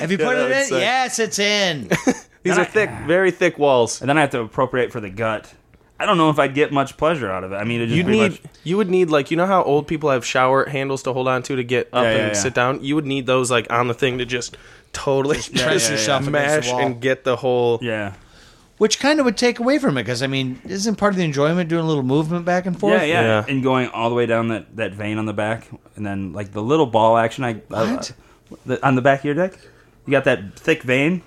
have you put that it would in? suck. Yes, it's in. [LAUGHS] These are thick, very thick walls. and then I have to appropriate for the gut. I don't know if I'd get much pleasure out of it. I mean, it'd just You'd be need, much- you would need like you know how old people have shower handles to hold on to to get up Yeah, and yeah, yeah. sit down. You would need those like on the thing to just totally [LAUGHS] Press yeah, yourself against mash the wall. and get the whole. yeah, which kind of would take away from it because I mean, isn't part of the enjoyment doing a little movement back and forth? yeah, yeah, Yeah. and going all the way down that, that vein on the back, and then like the little ball action. I, I- What? the, on the back of your dick, you got that thick vein.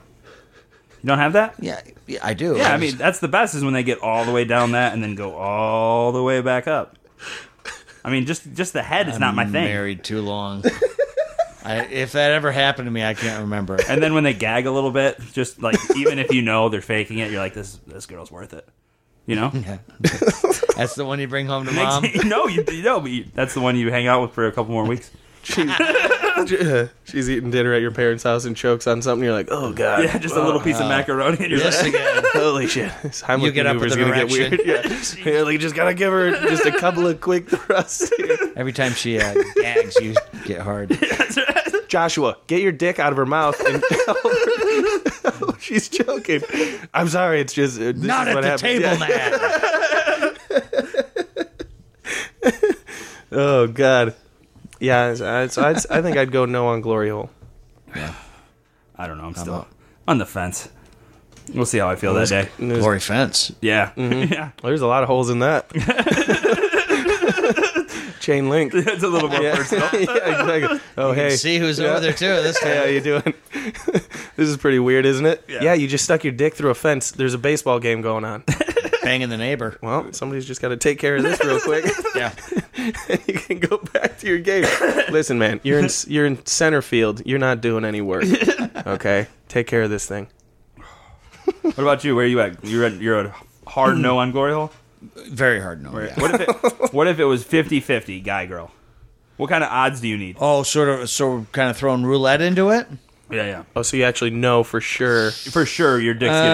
You don't have that. yeah, yeah, I do. Yeah, I just- mean that's the best is when they get all the way down that and then go all the way back up. I mean, just just the head is not my I'm thing. Married too long. I, if that ever happened to me, I can't remember. And then when they gag a little bit, just like even if you know they're faking it, you're like this this girl's worth it. You know? [LAUGHS] That's the one you bring home to mom. [LAUGHS] no, you, you know, but you, that's the one you hang out with for a couple more weeks. [LAUGHS] She's eating dinner at your parents' house and chokes on something. You're like, oh god, [LAUGHS] [LAUGHS] Yeah, just a little piece of macaroni. And Uh, you're This [LAUGHS] like, again. holy shit! This Heimlich You get up with maneuver's an gonna get erection. weird. [LAUGHS] Yeah, You're like just gotta give her just a couple of quick thrusts. here. [LAUGHS] Every time she uh, gags, you get hard. Joshua, get your dick out of her mouth and [LAUGHS] tell her- [LAUGHS] she's joking. I'm sorry, it's just uh, this Not is at what the happens. table, Yeah. man. Oh God. Yeah, it's, it's, I'd, I think I'd go no on Glory Hole. I don't know. I'm still on the fence. We'll see how I feel that day. Glory fence. Yeah. [LAUGHS] yeah. There's a lot of holes in [LAUGHS] that. [LAUGHS] Chain link. [LAUGHS] Yeah, It's a little more personal. [LAUGHS] exactly. Oh hey, See who's over there too. This [LAUGHS] guy. how you doing? [LAUGHS] this is pretty weird, isn't it? Yeah. you just stuck your dick through a fence. There's a baseball game going [LAUGHS] on. banging the neighbor. Well, somebody's just got to take care of this real [LAUGHS] quick. Yeah. you can go back to your game. Listen, man, you're in you're in center field. You're not doing any [LAUGHS] work. Okay, take care of this thing. What about you? Where are you at? You're at, you're a hard no on glory hole. Very hard no. Yeah. What if it, what if it was 50-50, guy girl? What kind of odds do you need? Oh, sort of. So we're kind of throwing roulette into it. Yeah, yeah. Oh, so you actually know for sure? For sure, your dick's getting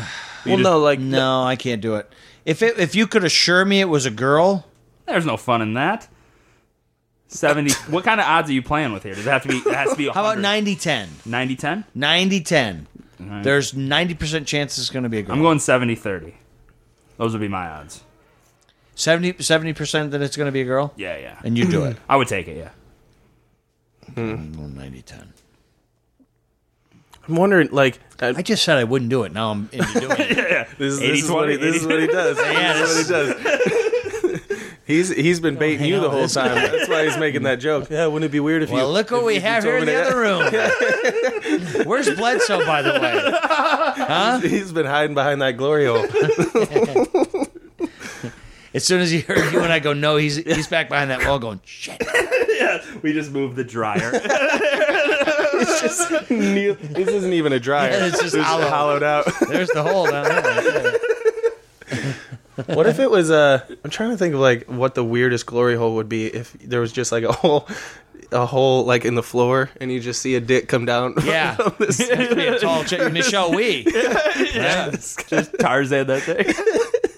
sucked. well, no, like No, I can't do it. If it, if you could assure me it was a girl, There's no fun in that. Seventy. what kind of odds are you playing with here? Does it have to be? It has to be. how about 90 10? 90 10? 90 10. There's 90% chance it's going to be a girl. I'm going 70 30. Those would be my odds. 70, 70% that it's going to be a girl? Yeah, yeah. And you do it. I would take it. Yeah. I'm going 90 10. I'm wondering, like, uh, I just said I wouldn't do it. Now I'm into doing it. this, is- this is what he, this is what he does. This is what he does. [LAUGHS] He's he's been baiting you the whole time. That's why he's making that joke. Yeah, wouldn't it be weird if Well, you look what we have here in the other room. Where's Bledsoe, by the way? He's been hiding behind that glory hole. As soon as you heard you and I go, no, he's he's back behind that wall going, shit. We just moved the dryer. It's just kneel- this isn't even a dryer. Yeah, it's just This is hollow. hollowed [LAUGHS] out. There's the hole down there. What if it was uh I'm trying to think of like what the weirdest glory hole would be if there was just like a hole a hole like in the floor and you just see a dick come down. [LAUGHS] Yeah. That's be a tall chick. Michelle Wee. [LAUGHS] Yeah. just Tarzan that day.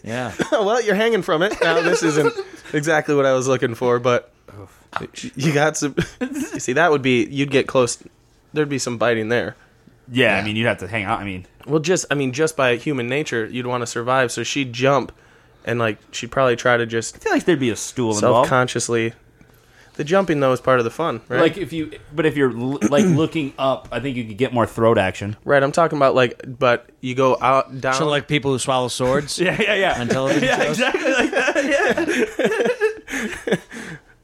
Yeah. oh, well, you're hanging from it. Now this [LAUGHS] isn't exactly what I was looking for, but you got some [LAUGHS] you see that would be you'd get close there'd be some biting there. [LAUGHS] Yeah, I mean, you'd have to hang out. I mean, Well, just I mean, just by human nature, you'd want to survive. So she'd jump, and like she'd probably try to I just feel like there'd be a stool self involved. consciously. The jumping though is part of the fun, right? Like if you, but if you're l- like looking up, I think you could get more throat action. right. I'm talking about like, but you go out down. So like people who swallow swords Yeah, yeah, yeah. [LAUGHS] on television [LAUGHS] shows. exactly like that.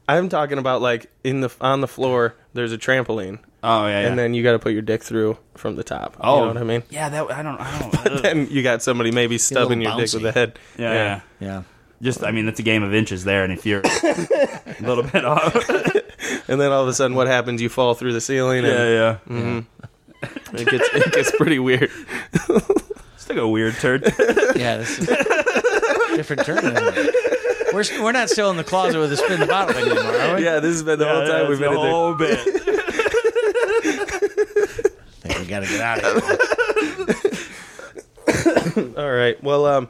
I'm talking about like in the on the floor. There's a trampoline, Oh yeah, yeah. and then you got to put your dick through from the top. oh, you know what I mean? [LAUGHS] Yeah, that I don't. I don't. ugh. And you got somebody maybe stubbing your dick bouncy. with the head. yeah, yeah. Yeah. Just I mean, it's a game of inches there, and if you're a little bit off, And then all of a sudden, what happens? You fall through the ceiling, and yeah. it gets it gets pretty weird. It's like a weird turd. Yeah. This is different turn. isn't it? We're, we're not still in the closet with a spin the bottle thing anymore, are we? Yeah, this has been the whole time we've been in there. whole bit. I think we got to get out of here. All right. Well, um,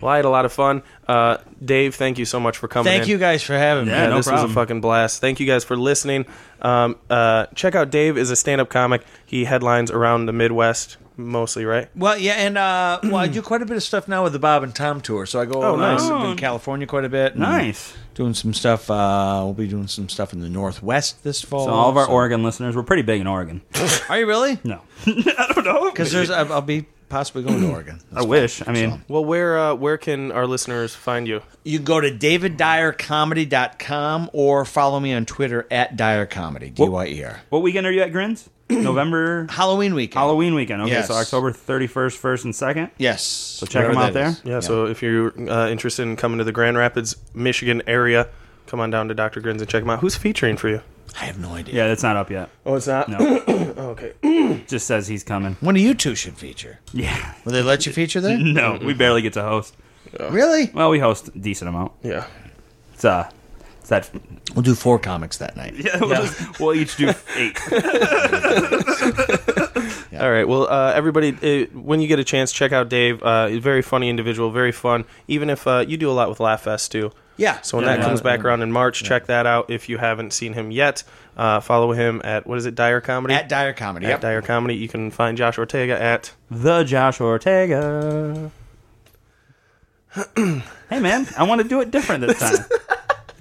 well, I had a lot of fun. Uh, Dave, thank you so much for coming. Thank in. you guys for having me. Yeah, Yeah, no this was problem. a fucking blast. Thank you guys for listening. Um, uh, check out Dave is a stand-up comic. He headlines around the Midwest mostly, right? Well, yeah, and uh, well, [CLEARS THROAT] I do quite a bit of stuff now with the Bob and Tom tour. So I go Oh, around nice. in California quite a bit. and Nice. Doing some stuff. Uh, we'll be doing some stuff in the Northwest this fall. So all of our So- Oregon listeners, we're pretty big in Oregon. Are you really? [LAUGHS] No, [LAUGHS] I don't know. Because there's, I'll I'll be possibly going [CLEARS THROAT] to Oregon. I wish. I mean, Well, where uh, where can our listeners find you? You can go to davidddyercomedy.com or follow me on Twitter at dyercomedy. D Y E R. what weekend are you at Grins? November Halloween weekend. Halloween weekend. Okay, Yes. so October thirty first, first, and second. Yes. So check 'em out there. Yeah. So if you're uh, interested in coming to the Grand Rapids, Michigan area, come on down to Dr. Grins and check him out. Who's featuring for you? I have no idea. Yeah, that's not up yet. Oh, it's not. [COUGHS] Oh, No, okay. just says he's coming. [LAUGHS] One of you two should feature. Yeah. Will they let you feature there? No, we barely get to host. [LAUGHS] Really? Well, we host a decent amount. Yeah. It's uh, it's that. We'll do four comics that night. Yeah, we'll, [LAUGHS] we'll each do eight. All right. Well, uh, everybody, uh when you get a chance, check out Dave. Uh, he's a very funny individual, very fun. Even if uh, you do a lot with Laugh Fest too. Yeah. So when Yeah, that yeah. comes back around in March, check that out. If you haven't seen him yet, uh, follow him at what is it, Dire Comedy? At Dyer Comedy. At Yep. [LAUGHS] Dire Comedy. You can find Josh Ortega at. the Josh [CLEARS THROAT] Ortega. hey man, I want to do it different this time.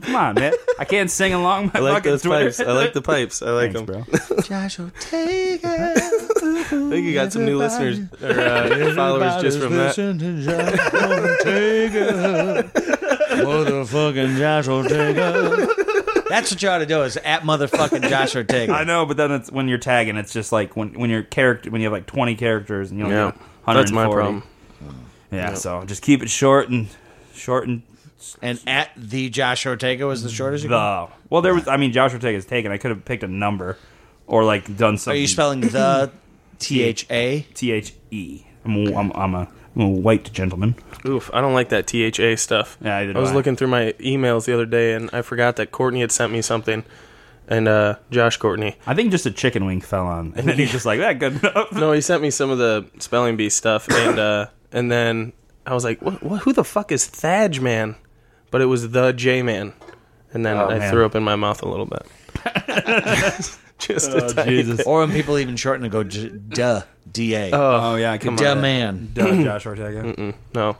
Come on, man. I can't sing along. I My like fucking those Twitter. pipes. I like the pipes. I like Thanks, them. bro. Josh Ortega. I think you got some new listeners or uh, [LAUGHS] followers just from that. Listen to Josh [LAUGHS] Ortega. Motherfucking Josh Ortega. That's what you ought to do is at motherfucking Josh [LAUGHS] Ortega. I know, but then it's when you're tagging, it's just like when when your character when you have like 20 characters and you only Yeah. have 140. That's my problem. Yeah, so just keep it short and short and And at the Josh Ortega was the shortest you could- the. uh, Well, there was. I mean, Joshua Ortega is taken. I could have picked a number or like done Are something. [LAUGHS] you spelling the T H [LAUGHS] A? T H E? I'm a- I'm I'm a I'm a white gentleman. Oof, I don't like that THA stuff. Yeah, neither do I was I. looking through my emails the other day and I forgot that Courtney had sent me something and uh, Josh Courtney. I think just a chicken wing fell on, and then [LAUGHS] he's just like, "That good enough." No, he sent me some of the spelling bee stuff and uh, and then I was like, what, what, who the fuck is Thadge Man? But it was the J Man. And then I Oh, man. threw up in my mouth a little [LAUGHS] bit. [LAUGHS] Just a tiny Jesus. Or when people even shorten and go J- duh D A. Oh yeah, come Duh man. Duh, Josh Ortega. No.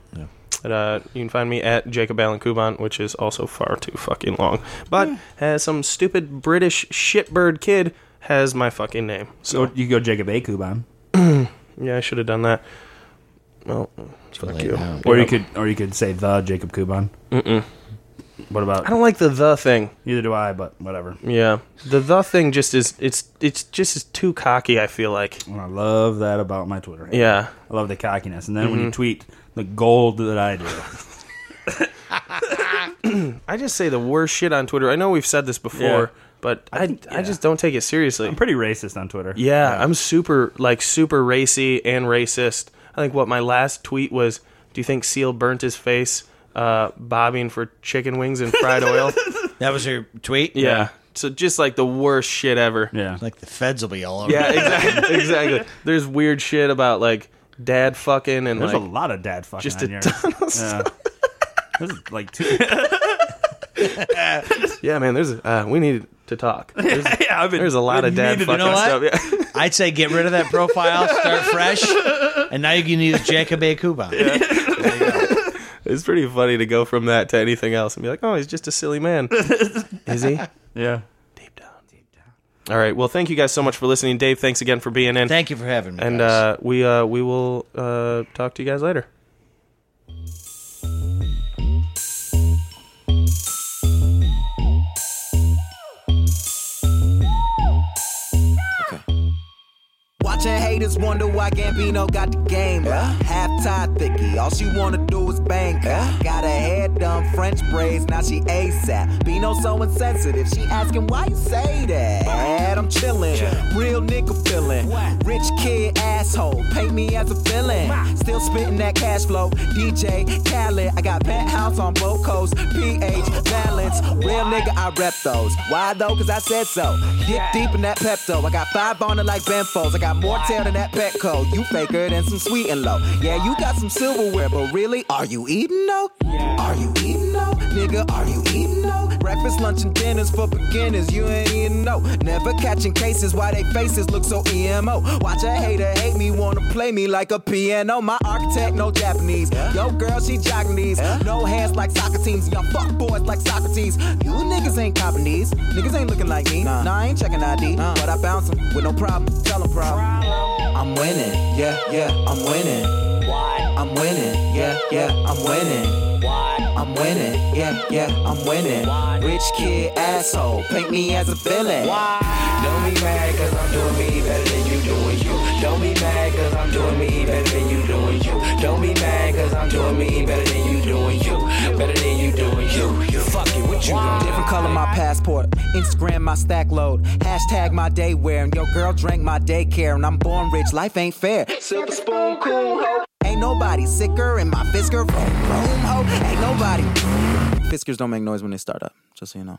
But, uh, you can find me at Jacob Allen Kuban, which is also far too fucking long. But has some stupid British shitbird kid has my fucking name. So So you go Jacob A. Kuban, yeah, I should have done that. Well, fuck you. or you could, or you could say the Jacob Kuban. Mm-mm. What about? I don't like the the thing. Neither do I, but whatever. Yeah, the the thing just is it's it's just is too cocky. I feel like. And I love that about my Twitter. handle. Yeah, I love the cockiness. And then when you tweet the gold that I do, I just say the worst shit on Twitter. I know we've said this before, but I I, just don't take it seriously. I'm pretty racist on Twitter. Yeah, I'm super like super racy and racist. I think what my last tweet was, do you think Seal burnt his face uh bobbing for chicken wings and fried [LAUGHS] oil? That was your tweet? yeah. So just like the worst shit ever. Yeah. Like the feds will be all over. Yeah, exactly. [LAUGHS] exactly. There's weird shit about like dad fucking and There's like a lot of dad fucking just on a here. ton of yeah. This is like two. [LAUGHS] yeah, man, there's uh we need to talk. [LAUGHS] There's, yeah, I've been, there's a lot of dad needed- fucking know what? stuff. Yeah. [LAUGHS] I'd say get rid of that profile, start fresh, and now you can use Jacob A. Kuban. it's pretty funny to go from that to anything else and be like, "Oh, he's just a silly [LAUGHS] man." Is he? Yeah. Deep down. Deep down. All right. Well, thank you guys so much for listening. Dave, thanks again for being in. Thank you for having me. and guys. uh, we uh, we will uh, talk to you guys later. Watching haters wonder why Gambino got the game. right. Half tied thicky, all she wanna do is bang. her. Got her hair done, French braids, now she ASAP. Bino so insensitive, she asking why you say that. I'm chillin', real nigga feeling. Rich kid asshole, pay me as a villain. Still spittin' that cash flow, DJ Khaled. I got penthouse on both coasts, PH balance. Real nigga, I rep those. Why though? Cause I said so. Dip deep in that Pepto. I got five on it like Benfo's. I got more tail than that Petco. You faker than some sweet and low. Yeah, you got some silverware, but really, are you eating though? Are you eating though? Nigga, are you eating though? Breakfast, lunch, and dinners for beginners. You ain't eating no. Never catching cases. Why they faces look so emo? Watch a hater hate me, wanna play me like a piano. My architect, no Japanese. Yo, girl, she Japanese. No hands like soccer teams. Y'all fuck boys like Socrates. You niggas ain't copping these. Niggas ain't looking like me. Nah, I ain't checking ID. But I bounce 'em with no problem. Tell 'em problem. I'm winning. Yeah, yeah, I'm winning. I'm winning. Yeah, yeah, I'm winning. I'm winning, yeah, yeah, I'm winning. Rich kid asshole, paint me as a villain. Don't be mad, cause I'm doing me better than you doing you. Don't be mad, cause I'm doing me better than you doing you. Don't be mad, cause I'm doing me better than you doing you. Better than you doing you. you. Fuck it, what you doing? Different color my passport, Instagram my stack load, hashtag my day wear, and your girl drank my daycare, and I'm born rich, life ain't fair. Silver spoon, cool hoe. Ain't nobody sicker in my Fisker room, room hoe. Ain't nobody. Fiskers don't make noise when they start up, just so you know.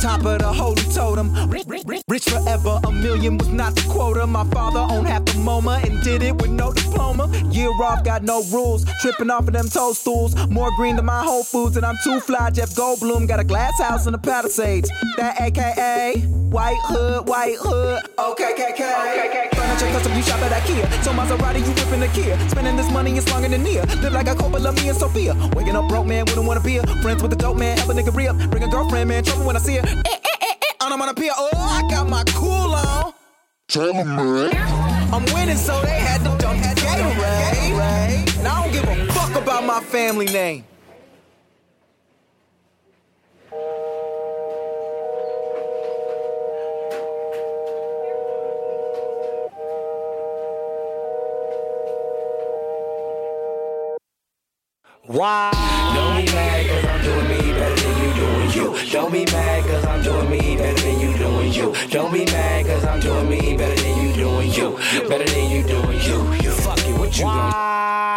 top of the holy totem. Rich, rich, rich, rich forever, a million was not the quota. My father owned half a MoMA and did it with no diploma. Year off, got no rules. Tripping off of them toadstools. More green than my Whole Foods, and I'm too fly. Jeff Goldblum got a glass house in the Palisades. That AKA White Hood, White Hood. OKKK. Furniture custom, you shop at IKEA. So Maserati, you ripping the Kia. Spending this money is longer than near. Live like a Coppola, me and Sophia. Waking up broke, man, wouldn't wanna be a friends with the dope man. Help a nigga re up. Bring a girlfriend, man. Trouble when I see her. Eh, eh, eh, eh. On, I'm on a pier. Oh, I got my cool on. Tell him, man. I'm winning, so they had to dump that Gatorade. And I don't give a fuck about my family name. Why? Don't be mad cause I'm doing me better than you doing you. Don't be mad cause I'm doing me better than you doing you. Don't be mad cause I'm doing me better than you doing you. Better than you doing you. you.